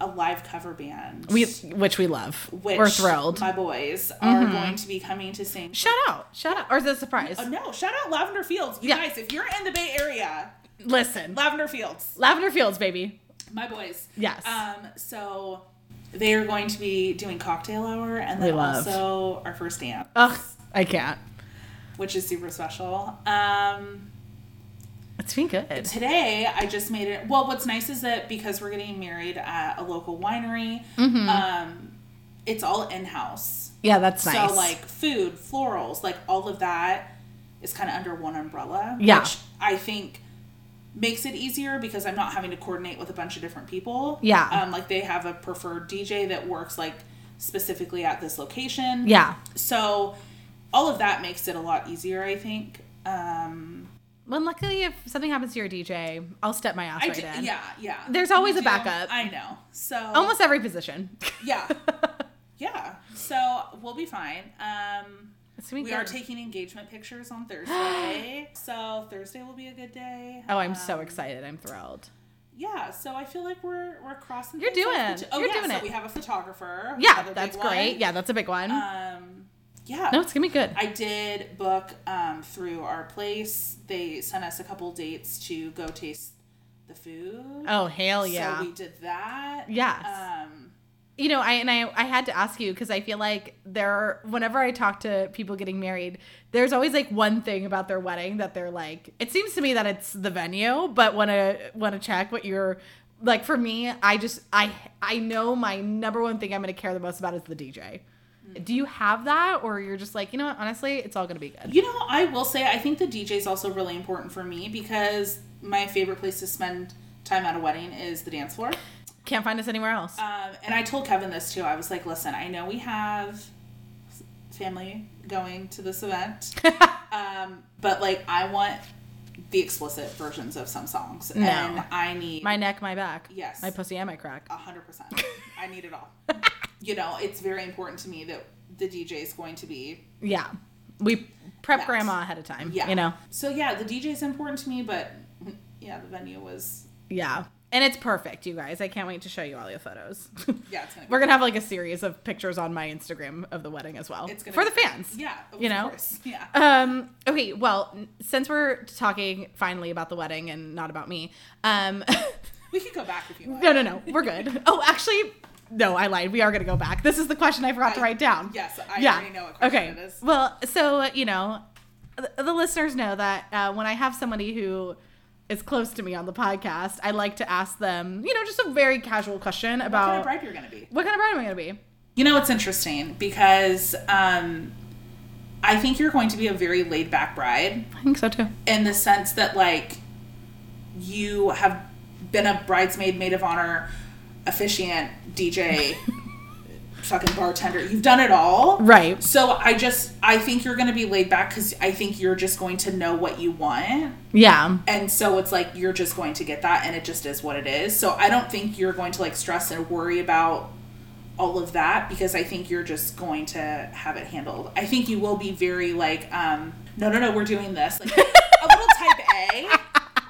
Speaker 2: a live cover band.
Speaker 1: We, which we love.
Speaker 2: which
Speaker 1: We're thrilled. Mm-hmm.
Speaker 2: My boys are going to be coming to sing.
Speaker 1: shout out. Shout out. Or is it a surprise?
Speaker 2: Oh, no, shout out Lavender Fields. You
Speaker 1: Yeah.
Speaker 2: guys, if you're in the Bay Area,
Speaker 1: Listen,
Speaker 2: Lavender Fields,
Speaker 1: Lavender Fields, baby.
Speaker 2: my boys.
Speaker 1: Yes.
Speaker 2: Um, so they are going to be doing cocktail hour and
Speaker 1: We
Speaker 2: then
Speaker 1: love.
Speaker 2: also our first dance,
Speaker 1: Ugh, I can't.
Speaker 2: which is super special. Um,
Speaker 1: It's been good.
Speaker 2: today I just made it.
Speaker 1: Mm-hmm.
Speaker 2: Well, what's nice is that because we're getting married at a local winery, um, it's all in house.
Speaker 1: Yeah, that's nice.
Speaker 2: So like food, florals, like all of that is kind of under one umbrella.
Speaker 1: Yeah.
Speaker 2: Which I think makes it easier because I'm not having to coordinate with a bunch of different people.
Speaker 1: Yeah.
Speaker 2: Um, like they have a preferred DJ that works like specifically at this location.
Speaker 1: yeah.
Speaker 2: So all of that makes it a lot easier, I think. Um,
Speaker 1: Well, luckily, if something happens to your DJ, I'll step my ass
Speaker 2: I
Speaker 1: right
Speaker 2: d-
Speaker 1: in.
Speaker 2: yeah, yeah.
Speaker 1: There's always
Speaker 2: You
Speaker 1: a
Speaker 2: do.
Speaker 1: backup.
Speaker 2: I know. So
Speaker 1: Almost every position.
Speaker 2: yeah, yeah. So we'll be fine. Um,
Speaker 1: Sweet
Speaker 2: we are
Speaker 1: God.
Speaker 2: taking engagement pictures on Thursday, so Thursday will be a good day.
Speaker 1: Oh, I'm so
Speaker 2: Um,
Speaker 1: excited. I'm thrilled.
Speaker 2: Yeah, so I feel like we're we're crossing.
Speaker 1: You're
Speaker 2: things off
Speaker 1: doing-
Speaker 2: the- Oh
Speaker 1: you're
Speaker 2: yeah,
Speaker 1: doing
Speaker 2: so
Speaker 1: it.
Speaker 2: we have a photographer. another
Speaker 1: Yeah,
Speaker 2: big
Speaker 1: that's
Speaker 2: one.
Speaker 1: great. Yeah, that's a big one.
Speaker 2: Um, yeah.
Speaker 1: no, it's gonna be good.
Speaker 2: I did book um, through our place. They sent us a couple dates to go taste the food.
Speaker 1: oh, hell yeah.
Speaker 2: So we did that.
Speaker 1: Yes.
Speaker 2: Um,
Speaker 1: you know, I and I I had to ask you because I feel like there are, whenever I talk to people getting married, there's always like one thing about their wedding that they're like it seems to me that it's the venue, but want to want to check what you're like for me, I just I I know my number one thing I'm going to care the most about is the DJ. Do you have that or you're just like, you know what, honestly, it's all going to be good.
Speaker 2: You know, I will say I think the DJ is also really important for me because my favorite place to spend time at a wedding is the dance floor.
Speaker 1: Can't find us anywhere else.
Speaker 2: Um, and I told Kevin this too. I was like, listen, I know we have family going to this event, um, but like, I want the explicit versions of some songs.
Speaker 1: No.
Speaker 2: And I need
Speaker 1: my neck, my back.
Speaker 2: Yes. Uh,
Speaker 1: My pussy and my crack.
Speaker 2: a 100%. I need it all. you know, it's very important to me that the DJ is going to be
Speaker 1: Yeah. We prep
Speaker 2: Yes.
Speaker 1: grandma ahead of time,
Speaker 2: Yeah.
Speaker 1: you know.
Speaker 2: So yeah, the DJ is important to me, but yeah, the venue was
Speaker 1: Yeah. And it's perfect, you guys. I can't wait to show you all your photos.
Speaker 2: yeah, it's gonna be
Speaker 1: We're gonna have like a series of pictures on my Instagram of the wedding as well.
Speaker 2: It's gonna
Speaker 1: for
Speaker 2: be
Speaker 1: the
Speaker 2: great.
Speaker 1: fans.
Speaker 2: Yeah, of
Speaker 1: you know?
Speaker 2: course. Yeah.
Speaker 1: Um, okay, well, n- since we're talking finally about the wedding and not about me, um,
Speaker 2: we could go back if you want.
Speaker 1: no, no, no, we're good. Oh, actually, no, I lied. We are gonna go back. This is the question I forgot to
Speaker 2: I-
Speaker 1: write down.
Speaker 2: Yes, I already know what question it is.
Speaker 1: Well, so you know, th- the listeners know that uh, when I have somebody who is close to me on the podcast, I like to ask them, you know, just a very casual question
Speaker 2: What kind of
Speaker 1: about
Speaker 2: bride you're gonna be?
Speaker 1: what kind of bride am I going to be?
Speaker 2: You know, it's interesting because um, I think you're going to be a very laid back bride
Speaker 1: I think so too.
Speaker 2: in the sense that, like, you have been a bridesmaid, maid of honor, officiant, DJ, fucking bartender. You've done it all.
Speaker 1: Right.
Speaker 2: So I just, I think you're going to be laid back because I think you're just going to know what you want.
Speaker 1: Yeah.
Speaker 2: And so it's like you're just going to get that and it just is what it is. So I don't think you're going to like stress and worry about all of that because I think you're just going to have it handled. I think you will be very like, um, no, no, no, we're doing this. Like a little type A,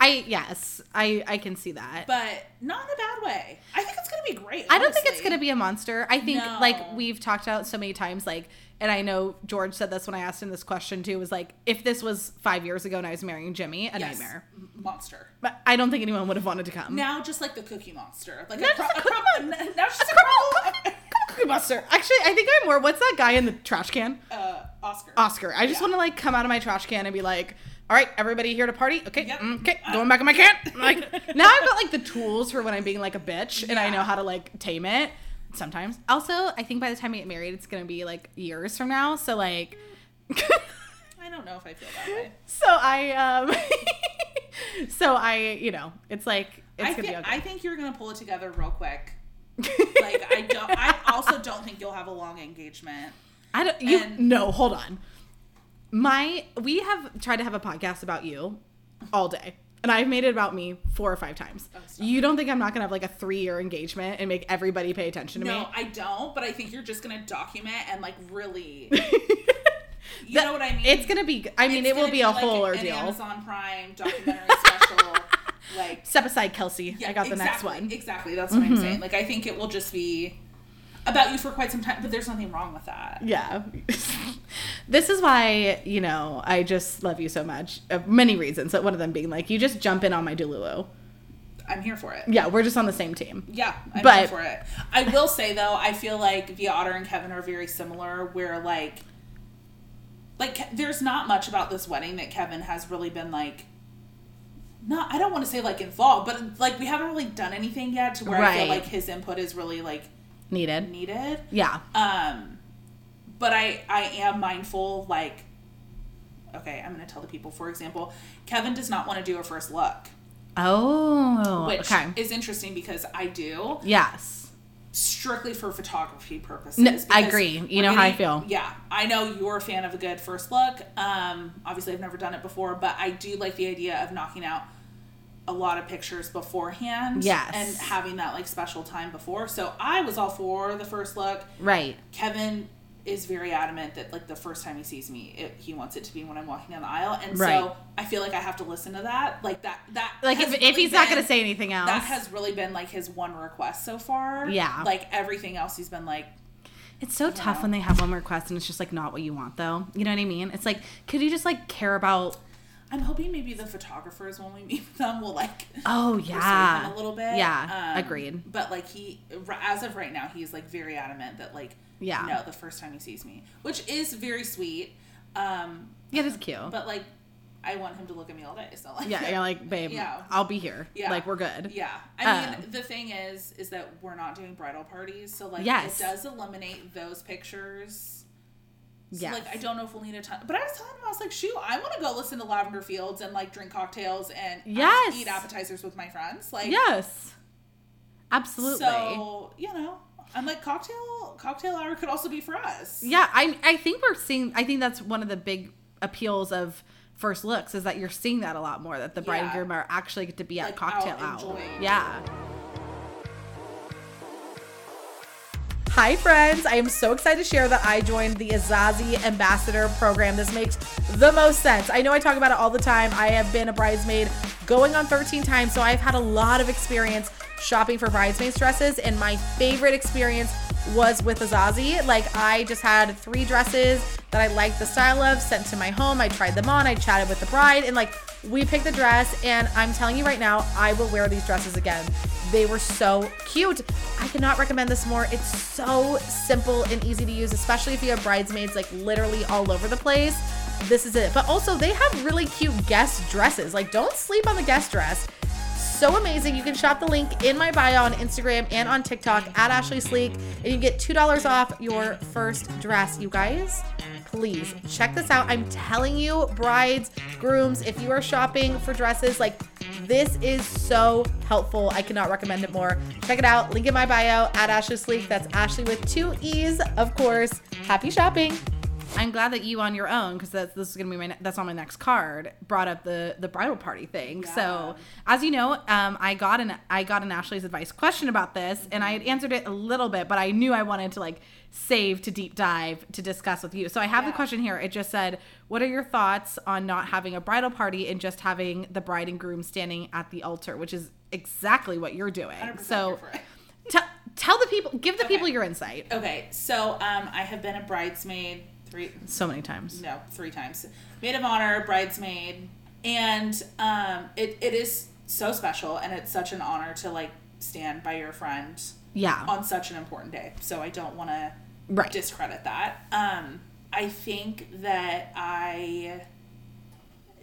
Speaker 1: I yes, I I can see that.
Speaker 2: but not in a bad way. I think it's going to be great.
Speaker 1: I don't think it's
Speaker 2: honestly.
Speaker 1: gonna be a monster. I think like
Speaker 2: No.
Speaker 1: we've talked about so many times, like, and I know George said this when I asked him this question too. Was like, if this was five years ago and I was marrying Jimmy, a
Speaker 2: Yes.
Speaker 1: nightmare.
Speaker 2: M- Monster.
Speaker 1: But I don't think anyone would have wanted to come.
Speaker 2: Now just like the cookie monster. Like
Speaker 1: Now
Speaker 2: a
Speaker 1: just a
Speaker 2: cro- a
Speaker 1: Cookie
Speaker 2: cro-
Speaker 1: Monster.
Speaker 2: now just a
Speaker 1: Come on,
Speaker 2: crumble.
Speaker 1: Cookie Monster. Actually, I think I'm more. What's that guy in the trash can?
Speaker 2: Uh, Oscar.
Speaker 1: Oscar. I just
Speaker 2: Yeah.
Speaker 1: want to like come out of my trash can and be like, all right, everybody here to party? Okay,
Speaker 2: Yep. Uh,
Speaker 1: mm, okay, going back in my can. Like now I've got like the tools for when I'm being like a bitch and I know how to like tame it sometimes. Also, I think by the time I get married, it's gonna be like years from now. So like,
Speaker 2: I don't know if I feel that way.
Speaker 1: so I um, so I you know it's like it's
Speaker 2: I,
Speaker 1: gonna
Speaker 2: thi-
Speaker 1: be okay.
Speaker 2: I think you're gonna pull it together real quick. Like I don't. I also don't think you'll have a long engagement.
Speaker 1: I don't. You
Speaker 2: And-
Speaker 1: no. Hold on. My we have tried to have a podcast about you all day, and I've made it about me four or five times.
Speaker 2: Oh, stop.
Speaker 1: you don't think I'm not gonna have like a three year engagement and make everybody pay attention to me?
Speaker 2: No, I don't. But I think you're just gonna document and like really. You know what I mean?
Speaker 1: It's gonna be. I mean,
Speaker 2: It's
Speaker 1: it will
Speaker 2: gonna
Speaker 1: be a
Speaker 2: like
Speaker 1: whole
Speaker 2: an-
Speaker 1: ordeal.
Speaker 2: An Amazon Prime documentary special. Like
Speaker 1: Step aside, Kelsey. I got the next
Speaker 2: exactly,
Speaker 1: one. Mm-hmm.
Speaker 2: Exactly. That's what I'm saying. Like I think it will just be about you for quite some time. But there's nothing wrong with that.
Speaker 1: Yeah. this is why, you know, I just love you so much. Uh, many reasons. But one of them being like, you just jump in on my Dululu.
Speaker 2: I'm here for it.
Speaker 1: Yeah, we're just on the same team.
Speaker 2: Yeah, I'm
Speaker 1: But-
Speaker 2: here for it. I will say though, I feel like Via Otter and Kevin are very similar. Where like, like Ke- there's not much about this wedding that Kevin has really been like. Not, I don't want to say like involved, but like we haven't really done anything yet to where I feel
Speaker 1: Right.
Speaker 2: like his input is really like
Speaker 1: needed.
Speaker 2: needed.
Speaker 1: Yeah.
Speaker 2: Um, but I I am mindful. Like, okay, I'm gonna tell the people. For example, Kevin does not want to do a first look,
Speaker 1: Oh.
Speaker 2: which
Speaker 1: okay.
Speaker 2: is interesting because I do
Speaker 1: yes.
Speaker 2: strictly for photography purposes.
Speaker 1: No, I
Speaker 2: because
Speaker 1: agree. You
Speaker 2: we're
Speaker 1: know how I feel.
Speaker 2: Yeah, I know you're a fan of a good first look. Um, obviously, I've never done it before, but I do like the idea of knocking out a lot of pictures beforehand.
Speaker 1: Yes.
Speaker 2: and having that like special time before. So I was all for the first look.
Speaker 1: Right.
Speaker 2: Kevin is very adamant that like the first time he sees me, it, he wants it to be when I'm walking down the aisle, and
Speaker 1: Right.
Speaker 2: so I feel like I have to listen to that. Like that that
Speaker 1: Like
Speaker 2: has
Speaker 1: if,
Speaker 2: really
Speaker 1: if he's not
Speaker 2: been-
Speaker 1: gonna say anything else.
Speaker 2: that has really been like his one request so far.
Speaker 1: Yeah.
Speaker 2: like everything else he's been like,
Speaker 1: It's so tough
Speaker 2: know.
Speaker 1: when they have one request and it's just like not what you want though. You know what I mean? It's like could you just like care about
Speaker 2: I'm hoping maybe the photographers when we meet with them will like
Speaker 1: Oh
Speaker 2: persuade
Speaker 1: yeah.
Speaker 2: him a little bit.
Speaker 1: Yeah.
Speaker 2: Um,
Speaker 1: agreed.
Speaker 2: But like he, r- as of right now, he's like very adamant that like
Speaker 1: Yeah.
Speaker 2: no, the first time he sees me, which is very sweet. Um,
Speaker 1: Yeah, that's cute.
Speaker 2: but like I want him to look at me all day, so like
Speaker 1: yeah, you're like, babe,
Speaker 2: Yeah.
Speaker 1: I'll be here.
Speaker 2: Yeah.
Speaker 1: Like we're good.
Speaker 2: Yeah. I
Speaker 1: Um,
Speaker 2: mean, the thing is, is that we're not doing bridal parties. So, like,
Speaker 1: Yes.
Speaker 2: it does eliminate those pictures. So,
Speaker 1: Yes.
Speaker 2: like, I don't know if we'll need a ton. But I was telling him, I was like, shoot, I want to go listen to Lavender Fields and, like, drink cocktails and um,
Speaker 1: Yes.
Speaker 2: eat appetizers with my friends. Like,
Speaker 1: Yes. Absolutely.
Speaker 2: So, you know, I'm like, cocktail, cocktail hour could also be for us.
Speaker 1: Yeah, I I think we're seeing. I think that's one of the big appeals of first looks is that you're seeing that a lot more. That the bride and
Speaker 2: Yeah.
Speaker 1: groom are actually get to be at
Speaker 2: Like,
Speaker 1: cocktail
Speaker 2: out
Speaker 1: hour.
Speaker 2: enjoying.
Speaker 1: Yeah.
Speaker 3: Hi, friends. I am so excited to share that I joined the Azazi Ambassador Program. This makes the most sense. I know I talk about it all the time. I have been a bridesmaid going on 13 times, so I've had a lot of experience shopping for bridesmaids' dresses, and my favorite experience was with Azazi. Like, I just had three dresses that I liked the style of, sent to my home. I tried them on, I chatted with the bride, and like, we picked the dress, and I'm telling you right now, I will wear these dresses again. They were so cute. I cannot recommend this more. It's so simple and easy to use, especially if you have bridesmaids like literally all over the place. This is it. But also, they have really cute guest dresses. Like, don't sleep on the guest dress. So amazing. You can shop the link in my bio on Instagram and on TikTok at Ashley Sleek, and you get $2 off your first dress, you guys please check this out. I'm telling you, brides, grooms, if you are shopping for dresses, like this is so helpful. I cannot recommend it more. Check it out. Link in my bio at Ashley Sleek. That's Ashley with two E's, of course. Happy shopping.
Speaker 1: I'm glad that you on your own because that's this is gonna be my ne- that's on my next card brought up the the bridal party thing. So as you know, um, I got an I got an Ashley's advice question about this, and I
Speaker 2: Mm-hmm.
Speaker 1: had answered it a little bit, but I knew I wanted to like save to deep dive to discuss with you. So I have the question here. It just said, "What are your thoughts on not having a bridal party and just having the bride and groom standing at the altar?" Which is exactly what you're doing.
Speaker 2: 100% here
Speaker 1: So
Speaker 2: for it. Oh.
Speaker 1: t- tell the people, give the people your insight.
Speaker 2: Okay. So, um, I have been a bridesmaid three,
Speaker 1: So many times.
Speaker 2: no, three times. Maid of honor, bridesmaid, and um, it, it is so special, and it's such an honor to like stand by your friend
Speaker 1: Yeah.
Speaker 2: on such an important day. So I don't want to
Speaker 1: Right.
Speaker 2: discredit that. Um, I think that I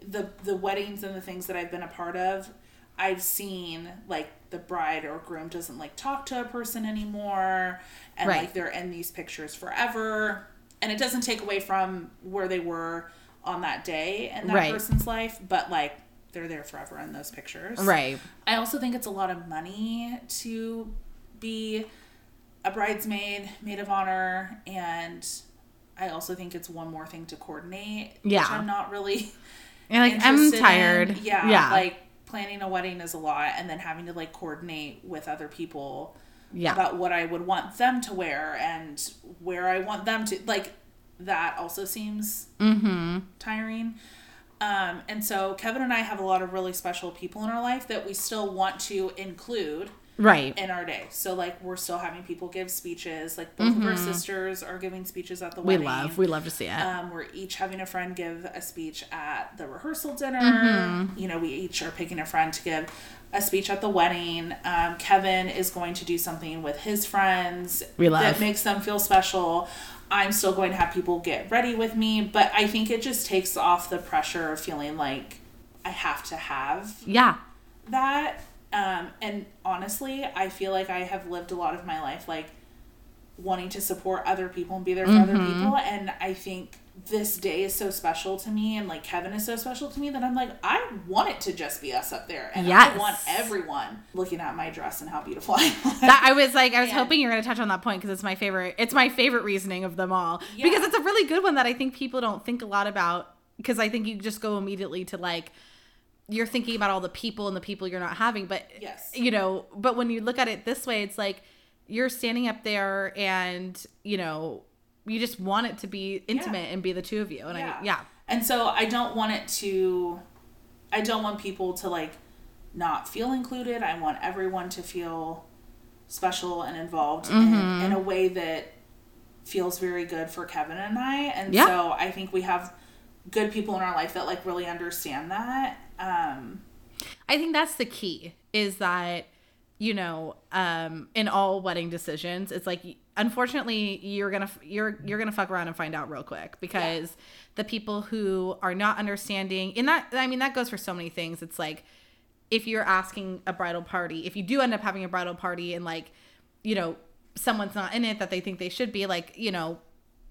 Speaker 2: the the weddings and the things that I've been a part of, I've seen like the bride or groom doesn't like talk to a person anymore, and
Speaker 1: Right.
Speaker 2: like they're in these pictures forever, and it doesn't take away from where they were on that day in that
Speaker 1: Right.
Speaker 2: person's life, but like they're there forever in those pictures.
Speaker 1: Right.
Speaker 2: I also think it's a lot of money to be a bridesmaid, maid of honor, and I also think it's one more thing to coordinate.
Speaker 1: Yeah.
Speaker 2: Which I'm not really.
Speaker 1: You're like, I'm
Speaker 2: interested in.
Speaker 1: tired.
Speaker 2: Yeah.
Speaker 1: Yeah.
Speaker 2: Like planning a wedding is a lot, and then having to like coordinate with other people
Speaker 1: yeah.
Speaker 2: about what I would want them to wear and where I want them to like that also seems
Speaker 1: Mm-hmm.
Speaker 2: tiring. Um, and so Kevin and I have a lot of really special people in our life that we still want to include
Speaker 1: right.
Speaker 2: in our day. So like we're still having people give speeches. Like both of our sisters are giving speeches at the
Speaker 1: Mm-hmm. we
Speaker 2: wedding.
Speaker 1: love. We love to see it.
Speaker 2: Um, we're each having a friend give a speech at the rehearsal dinner.
Speaker 1: Mm-hmm.
Speaker 2: You know, we each are picking a friend to give a speech at the wedding. Um, Kevin is going to do something with his friends
Speaker 1: We love.
Speaker 2: that makes them feel special. I'm still going to have people get ready with me, but I think it just takes off the pressure of feeling like I have to have
Speaker 1: yeah.
Speaker 2: that. Um, and honestly, I feel like I have lived a lot of my life like wanting to support other people and be there for other people. And I think this day is so special to me and like Kevin is so special to me that I'm like, I want it to just be us up there. And I
Speaker 1: Yes.
Speaker 2: want everyone looking at my dress and how beautiful I am.
Speaker 1: That I was like, I was hoping you were going to touch on that point because it's my favorite. It's my favorite reasoning of them all because
Speaker 2: Yeah.
Speaker 1: it's a really good one that I think people don't think a lot about because I think you just go immediately to like you're thinking about all the people and the people you're not having, but
Speaker 2: Yes.
Speaker 1: you know, but when you look at it this way, it's like you're standing up there and you know you just want it to be intimate and be the two of you, and I yeah.
Speaker 2: And so I don't want it to I don't want people to like not feel included. I want everyone to feel special and involved
Speaker 1: Mm-hmm.
Speaker 2: in, in a way that feels very good for Kevin and I. And
Speaker 1: Yeah.
Speaker 2: so I think we have good people in our life that like really understand that. Um
Speaker 1: I think that's the key is that you know um in all wedding decisions it's like unfortunately you're going to you're you're going to fuck around and find out real quick because the people who are not understanding and that I mean that goes for so many things it's like if you're asking a bridal party if you do end up having a bridal party and like you know someone's not in it that they think they should be like you know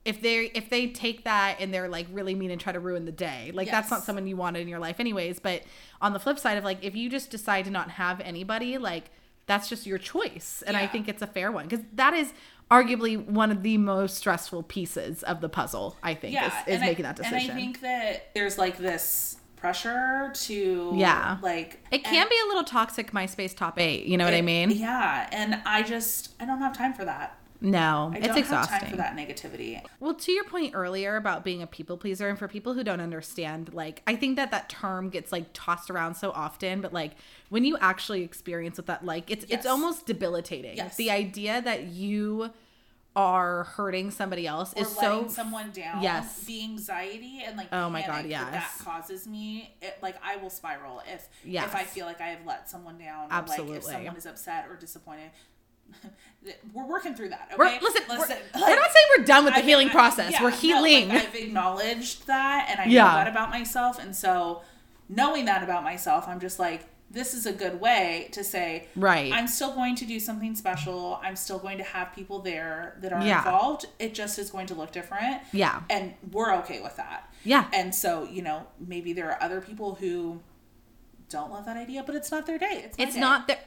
Speaker 1: if they if they take that and they're like really mean and try to ruin the day like that's not
Speaker 2: Yes.
Speaker 1: someone you wanted in your life anyways but on the flip side of like if you just decide to not have anybody like that's just your choice and i
Speaker 2: Yeah.
Speaker 1: think it's a fair one because that is arguably one of the most stressful pieces of the puzzle i think
Speaker 2: yeah,
Speaker 1: is, is
Speaker 2: and I-
Speaker 1: making that decision
Speaker 2: And I think that there's like this pressure to
Speaker 1: Yeah.
Speaker 2: like
Speaker 1: it
Speaker 2: and-
Speaker 1: can be a little toxic myspace top eight you know what i
Speaker 2: it-
Speaker 1: mean
Speaker 2: Yeah, and I just I don't have time for that.
Speaker 1: no
Speaker 2: I
Speaker 1: it's
Speaker 2: don't
Speaker 1: exhausting
Speaker 2: have time for that negativity.
Speaker 1: Well, to your point earlier about being a people pleaser, and for people who don't understand, like, I think that that term gets like tossed around so often, but like when you actually experience what that like, it's it's
Speaker 2: Yes.
Speaker 1: almost debilitating.
Speaker 2: Yes.
Speaker 1: The idea that you are hurting somebody else
Speaker 2: Or
Speaker 1: is
Speaker 2: letting
Speaker 1: so
Speaker 2: someone down.
Speaker 1: yes.
Speaker 2: The anxiety and like
Speaker 1: Oh my God,
Speaker 2: panic that, that
Speaker 1: yes.
Speaker 2: causes me it, like I will spiral if
Speaker 1: Yes.
Speaker 2: if I feel like I have let someone down. Or, like if
Speaker 1: Absolutely.
Speaker 2: someone is upset or disappointed. we're working through that. Okay.
Speaker 1: we're, listen, we're, we're not saying we're done with the
Speaker 2: I-
Speaker 1: healing
Speaker 2: I-
Speaker 1: process.
Speaker 2: yeah,
Speaker 1: we're
Speaker 2: no, like,
Speaker 1: healing.
Speaker 2: I've acknowledged that and I
Speaker 1: Yeah.
Speaker 2: know that about myself. And so knowing that about myself, I'm just like, this is a good way to say,
Speaker 1: Right.
Speaker 2: I'm still going to do something special. I'm still going to have people there that are
Speaker 1: Yeah.
Speaker 2: involved. It just is going to look different.
Speaker 1: Yeah.
Speaker 2: And we're okay with that.
Speaker 1: Yeah.
Speaker 2: And so, you know, maybe there are other people who don't love that idea, but it's not their day. It's, my
Speaker 1: It's
Speaker 2: day.
Speaker 1: not there.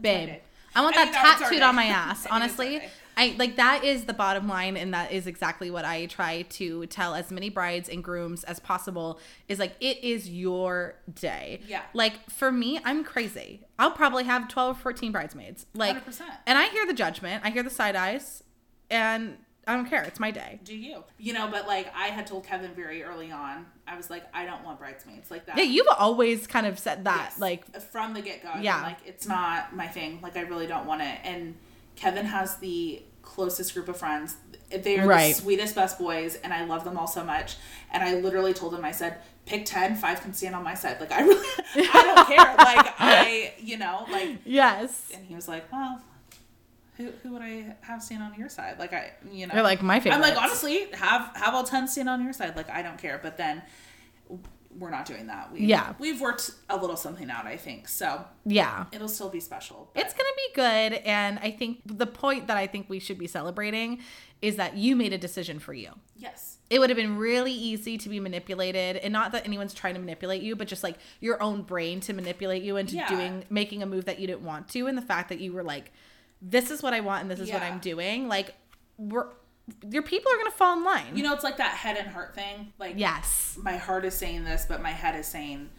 Speaker 1: Babe,
Speaker 2: day.
Speaker 1: I want that
Speaker 2: I think that was our
Speaker 1: tattooed
Speaker 2: day.
Speaker 1: on my
Speaker 2: I
Speaker 1: ass.
Speaker 2: think it's our
Speaker 1: honestly,
Speaker 2: day.
Speaker 1: I like that is the bottom line, and that is exactly what I try to tell as many brides and grooms as possible. Is like it is your day.
Speaker 2: Yeah.
Speaker 1: Like for me, I'm crazy. I'll probably have 12 or 14 bridesmaids. Like,
Speaker 2: 100%.
Speaker 1: and I hear the judgment. I hear the side eyes, and I don't care. It's my day.
Speaker 2: do you? You know, but like I had told Kevin very early on, I was like, I don't want bridesmaids like that.
Speaker 1: Yeah, you've always kind of said that.
Speaker 2: Yes.
Speaker 1: Like,
Speaker 2: from the get go.
Speaker 1: Yeah.
Speaker 2: Yeah, like it's not my thing. Like I really don't want it. And Kevin has the closest group of friends. They are
Speaker 1: Right.
Speaker 2: the sweetest best boys, and I love them all so much. And I literally told him, I said, pick 10, five can stand on my side. Like I really, I don't care. Like I, you know, like.
Speaker 1: yes.
Speaker 2: And he was like, well. Who, who would I have stand on your side? Like I, you know,
Speaker 1: You're like, my
Speaker 2: I'm like
Speaker 1: favorites.
Speaker 2: honestly, have have all ten stand on your side. Like I don't care. But then we're not doing that. We,
Speaker 1: Yeah.
Speaker 2: we've worked a little something out. I think so.
Speaker 1: Yeah.
Speaker 2: It'll still be special. but-
Speaker 1: It's going to be good. And I think the point that I think we should be celebrating is that you made a decision for you.
Speaker 2: yes,
Speaker 1: It would have been really easy to be manipulated, and not that anyone's trying to manipulate you, but just like your own brain to manipulate you into
Speaker 2: Yeah.
Speaker 1: doing, making a move that you didn't want to. And the fact that you were like, this is what I want and this is what
Speaker 2: Yeah.
Speaker 1: I'm doing. Like, we're, your people are going to fall in line.
Speaker 2: you know it's like that head and heart thing. Like
Speaker 1: yes.
Speaker 2: my heart is saying this, but my head is saying,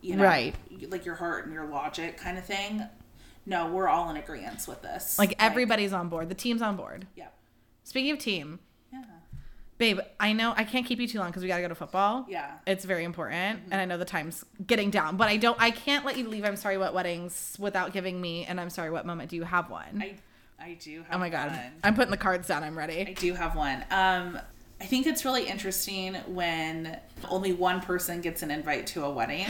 Speaker 2: you know,
Speaker 1: Right.
Speaker 2: Like your heart and your logic kind of thing. No, we're all in agreement with this.
Speaker 1: Like, everybody's on board. The team's on board.
Speaker 2: yeah,
Speaker 1: Speaking of team,
Speaker 2: yeah,
Speaker 1: Babe, I know I can't keep you too long because we gotta go to football.
Speaker 2: Yeah. Mm-hmm.
Speaker 1: it's very important, and I know the time's getting down, but I don't. I can't let you leave. I'm sorry. What weddings without giving me? And I'm sorry. What moment do you have one?
Speaker 2: I, I do. Have
Speaker 1: oh my god,
Speaker 2: one.
Speaker 1: I'm putting the cards down. I'm
Speaker 2: I
Speaker 1: ready.
Speaker 2: do have one. Um, I think it's really interesting when only one person gets an invite to a wedding.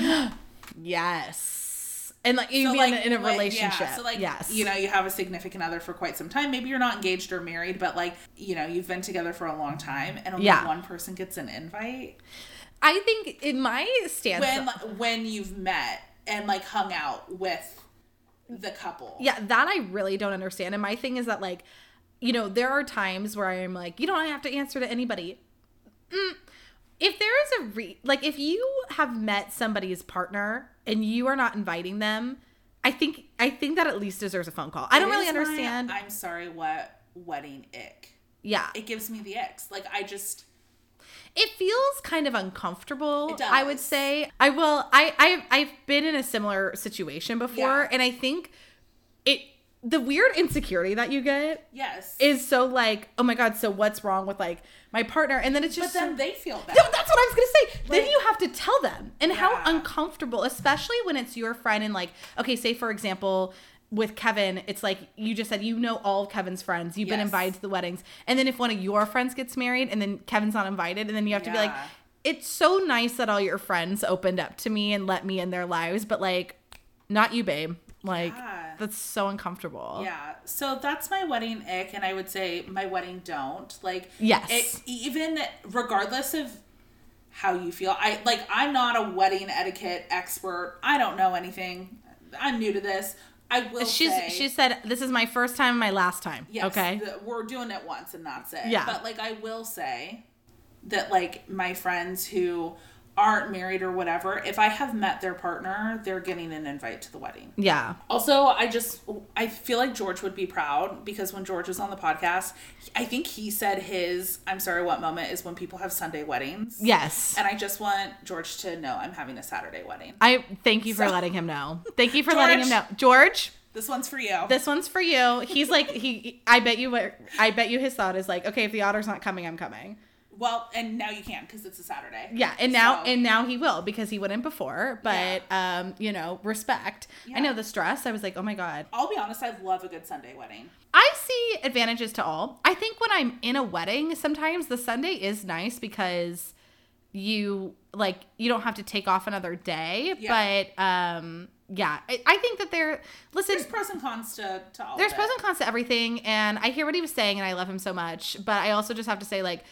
Speaker 1: Yes, and like you
Speaker 2: So,
Speaker 1: mean
Speaker 2: like,
Speaker 1: in a
Speaker 2: what- yeah,
Speaker 1: relationship?
Speaker 2: so like
Speaker 1: yes,
Speaker 2: you know, you have a significant other for quite some time. Maybe you're not engaged or married, but like you know, you've been together for a long time, and only
Speaker 1: Yeah.
Speaker 2: one person gets an invite
Speaker 1: I think in my stance,
Speaker 2: when like, when you've met and like hung out with the couple.
Speaker 1: Yeah, that I really don't understand. And my thing is that like you know, there are times where I am like, you don't have to answer to anybody. Mm. If there is a re- like, if you have met somebody's partner and you are not inviting them, I think I think that at least deserves a phone call. I don't
Speaker 2: It
Speaker 1: really
Speaker 2: is my-
Speaker 1: understand.
Speaker 2: I'm sorry, what wedding ick?
Speaker 1: yeah,
Speaker 2: It gives me the icks. Like I just
Speaker 1: it feels kind of uncomfortable
Speaker 2: It
Speaker 1: i would
Speaker 2: does.
Speaker 1: say i will i i've, I've been in a similar situation before
Speaker 2: Yeah.
Speaker 1: and i think it the weird insecurity that you get
Speaker 2: yes.
Speaker 1: is so like oh my god so what's wrong with like my partner and then it's
Speaker 2: but
Speaker 1: just so,
Speaker 2: then they feel bad.
Speaker 1: No, that's what I was gonna say. then
Speaker 2: Like-
Speaker 1: you have to tell them, and
Speaker 2: Yeah.
Speaker 1: how uncomfortable, especially when it's your friend. And like, okay, say for example, with Kevin, it's like you just said you know all of Kevin's friends. You've been
Speaker 2: Yes.
Speaker 1: invited to the weddings, and then if one of your friends gets married, and then Kevin's not invited, and then you have to be like,
Speaker 2: Yeah.
Speaker 1: it's so nice that all your friends opened up to me and let me in their lives, but like, not you, babe. Like,
Speaker 2: Yeah.
Speaker 1: that's so uncomfortable.
Speaker 2: Yeah. So that's my wedding ick, and I would say my wedding don't. Like,
Speaker 1: Yes.
Speaker 2: It, even regardless of how you feel, I like, I'm not a wedding etiquette expert. I don't know anything. I'm new to this. I will
Speaker 1: She's
Speaker 2: say.
Speaker 1: she said this is my first time, and my last time.
Speaker 2: Yes,
Speaker 1: okay.
Speaker 2: th- we're doing it once and that's it.
Speaker 1: Yeah.
Speaker 2: But like I will say that like my friends who aren't married or whatever, if I have met their partner, they're getting an invite to the wedding.
Speaker 1: yeah.
Speaker 2: Also, I just I feel like George would be proud because when George was on the podcast, I think he said his I'm sorry what moment is when people have Sunday weddings.
Speaker 1: Yes.
Speaker 2: And I just want George to know I'm having a Saturday wedding.
Speaker 1: I thank you for
Speaker 2: So-
Speaker 1: letting him know. Thank you for letting him know,
Speaker 2: George.
Speaker 1: George.
Speaker 2: This one's for you.
Speaker 1: This one's for you. He's like he. I bet you. what- I bet you his thought is like, okay, if the otter's not coming, I'm coming.
Speaker 2: well, and now you can because it's a Saturday.
Speaker 1: Yeah, and now
Speaker 2: So-
Speaker 1: and now he will because he wouldn't before. But um, you know, respect. I know
Speaker 2: Yeah.
Speaker 1: the stress. I was like, oh my god.
Speaker 2: I'll be honest, I love a good Sunday wedding.
Speaker 1: I see advantages to all. I think when I'm in a wedding, sometimes the Sunday is nice because you like you don't have to take off another day.
Speaker 2: Yeah.
Speaker 1: But um, yeah, I, I think that there. Listen,
Speaker 2: There's pros and cons to, to all
Speaker 1: there's
Speaker 2: of
Speaker 1: pros
Speaker 2: it.
Speaker 1: and cons to everything and i hear what he was saying and i love him so much but i also just have to say like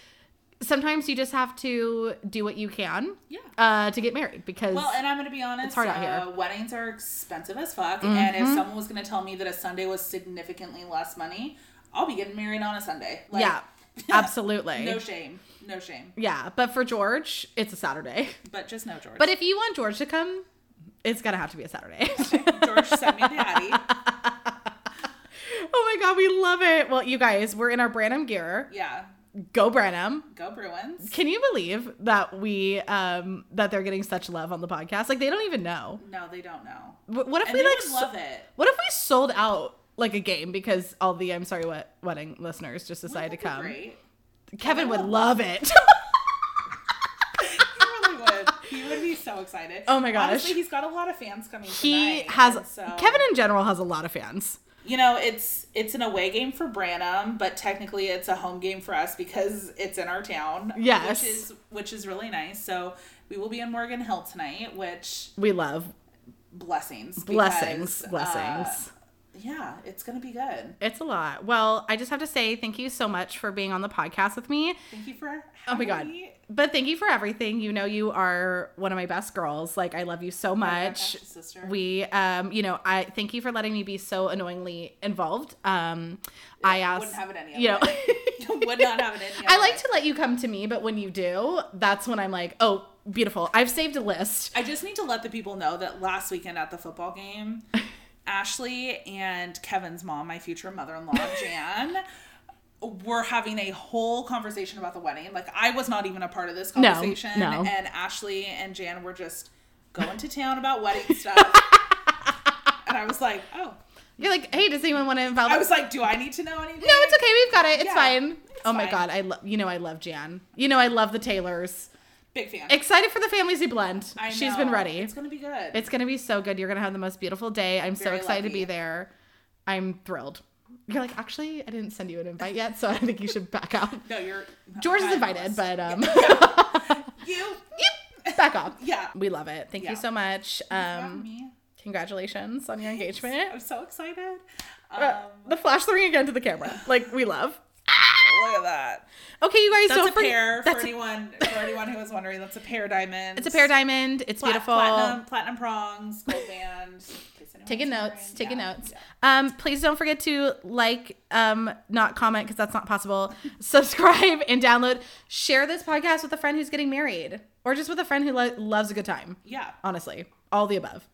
Speaker 1: sometimes you just have to do what you can
Speaker 2: Yeah.
Speaker 1: uh, to get married because
Speaker 2: Well, and I'm going to be honest.
Speaker 1: hard out
Speaker 2: uh,
Speaker 1: here. Mm-hmm.
Speaker 2: Weddings are expensive as fuck. And if someone was going to tell me that a Sunday was significantly less money, I'll be getting married on a Sunday. Like,
Speaker 1: yeah absolutely
Speaker 2: No shame. No shame.
Speaker 1: yeah but for george it's a saturday
Speaker 2: But just no George.
Speaker 1: but if you want george to come it's gonna have to be a saturday
Speaker 2: George sent me daddy.
Speaker 1: oh my god we love it well you guys we're in our branham gear
Speaker 2: Yeah.
Speaker 1: go branham
Speaker 2: Go Bruins.
Speaker 1: can you believe that we um that they're getting such love on the podcast like they don't even know
Speaker 2: No, they don't know.
Speaker 1: Wh- what if
Speaker 2: And
Speaker 1: we
Speaker 2: they
Speaker 1: like
Speaker 2: would
Speaker 1: so-
Speaker 2: love it.
Speaker 1: What if we sold out like a game because all the I'm sorry what wedding listeners just decided to
Speaker 2: That'd be
Speaker 1: come?
Speaker 2: Great.
Speaker 1: Kevin would love it.
Speaker 2: He really would. He would be so excited.
Speaker 1: Oh my gosh.
Speaker 2: Honestly, he's got a lot of fans coming.
Speaker 1: he
Speaker 2: tonight,
Speaker 1: has
Speaker 2: and so-
Speaker 1: Kevin in general has a lot of fans.
Speaker 2: you know it's it's an away game for branham but technically it's a home game for us because it's in our town
Speaker 1: Yes.
Speaker 2: which is which is really nice so we will be in morgan hill tonight which
Speaker 1: We love
Speaker 2: blessings because,
Speaker 1: blessings,
Speaker 2: uh,
Speaker 1: blessings.
Speaker 2: yeah it's gonna be good
Speaker 1: it's a lot. Well, I just have to say thank you so much for being on the podcast with me.
Speaker 2: thank you for having
Speaker 1: Oh my god.
Speaker 2: me.
Speaker 1: But thank you for everything. You know you are one of my best girls. Like I love you so
Speaker 2: my
Speaker 1: much.
Speaker 2: precious sister.
Speaker 1: We um you know, I thank you for letting me be so annoyingly involved. Um I asked
Speaker 2: wouldn't have it any other
Speaker 1: you know
Speaker 2: way. would not have it any
Speaker 1: I
Speaker 2: other
Speaker 1: like
Speaker 2: way.
Speaker 1: to let you come to me, but when you do, that's when I'm like, oh, beautiful. I've saved a list.
Speaker 2: I just need to let the people know that last weekend at the football game, Ashley and Kevin's mom, my future mother in law, Jan, were having a whole conversation about the wedding. Like, I was not even a part of this
Speaker 1: No,
Speaker 2: conversation.
Speaker 1: no.
Speaker 2: And Ashley and Jan were just going to town about wedding stuff. and I was like, oh.
Speaker 1: You're like, hey, does anyone want to involve?
Speaker 2: I was like, do I need to know anything?
Speaker 1: no, it's okay. We've got it. It's
Speaker 2: Yeah,
Speaker 1: fine.
Speaker 2: it's
Speaker 1: oh my
Speaker 2: fine.
Speaker 1: god, I love. You know, I love Jan. You know, I love the Taylors.
Speaker 2: Big fan.
Speaker 1: Excited for the families who blend.
Speaker 2: I
Speaker 1: She's
Speaker 2: know.
Speaker 1: been ready.
Speaker 2: It's going to be good.
Speaker 1: It's gonna be so good. You're gonna have the most beautiful day. I'm so
Speaker 2: Very
Speaker 1: excited to
Speaker 2: lucky.
Speaker 1: be there. I'm thrilled. You're like, actually, I didn't send you an invite yet, so I think you should back out.
Speaker 2: no, you're.
Speaker 1: George is
Speaker 2: I'm
Speaker 1: invited,
Speaker 2: lost.
Speaker 1: but um,
Speaker 2: You?
Speaker 1: back off.
Speaker 2: Yeah.
Speaker 1: We love it. Thank
Speaker 2: Yeah.
Speaker 1: you so much.
Speaker 2: Um,
Speaker 1: Um,
Speaker 2: me.
Speaker 1: congratulations on your engagement.
Speaker 2: I'm so excited. Um,
Speaker 1: Uh, the flash the ring again to the camera. Like we love.
Speaker 2: Look at that.
Speaker 1: Okay, you guys.
Speaker 2: That's
Speaker 1: don't
Speaker 2: a
Speaker 1: forget-
Speaker 2: pair
Speaker 1: that's
Speaker 2: Um, for anyone for anyone who was wondering. That's a pair diamond.
Speaker 1: It's a pear diamond. It's beautiful.
Speaker 2: Platinum, platinum prongs, gold band. in case
Speaker 1: taking notes, taking notes. Um, please don't forget to like, um, not comment because that's not possible. Subscribe and download. Share this podcast with a friend who's getting married, or just with a friend who lo- loves a good time.
Speaker 2: Yeah.
Speaker 1: honestly, all the above.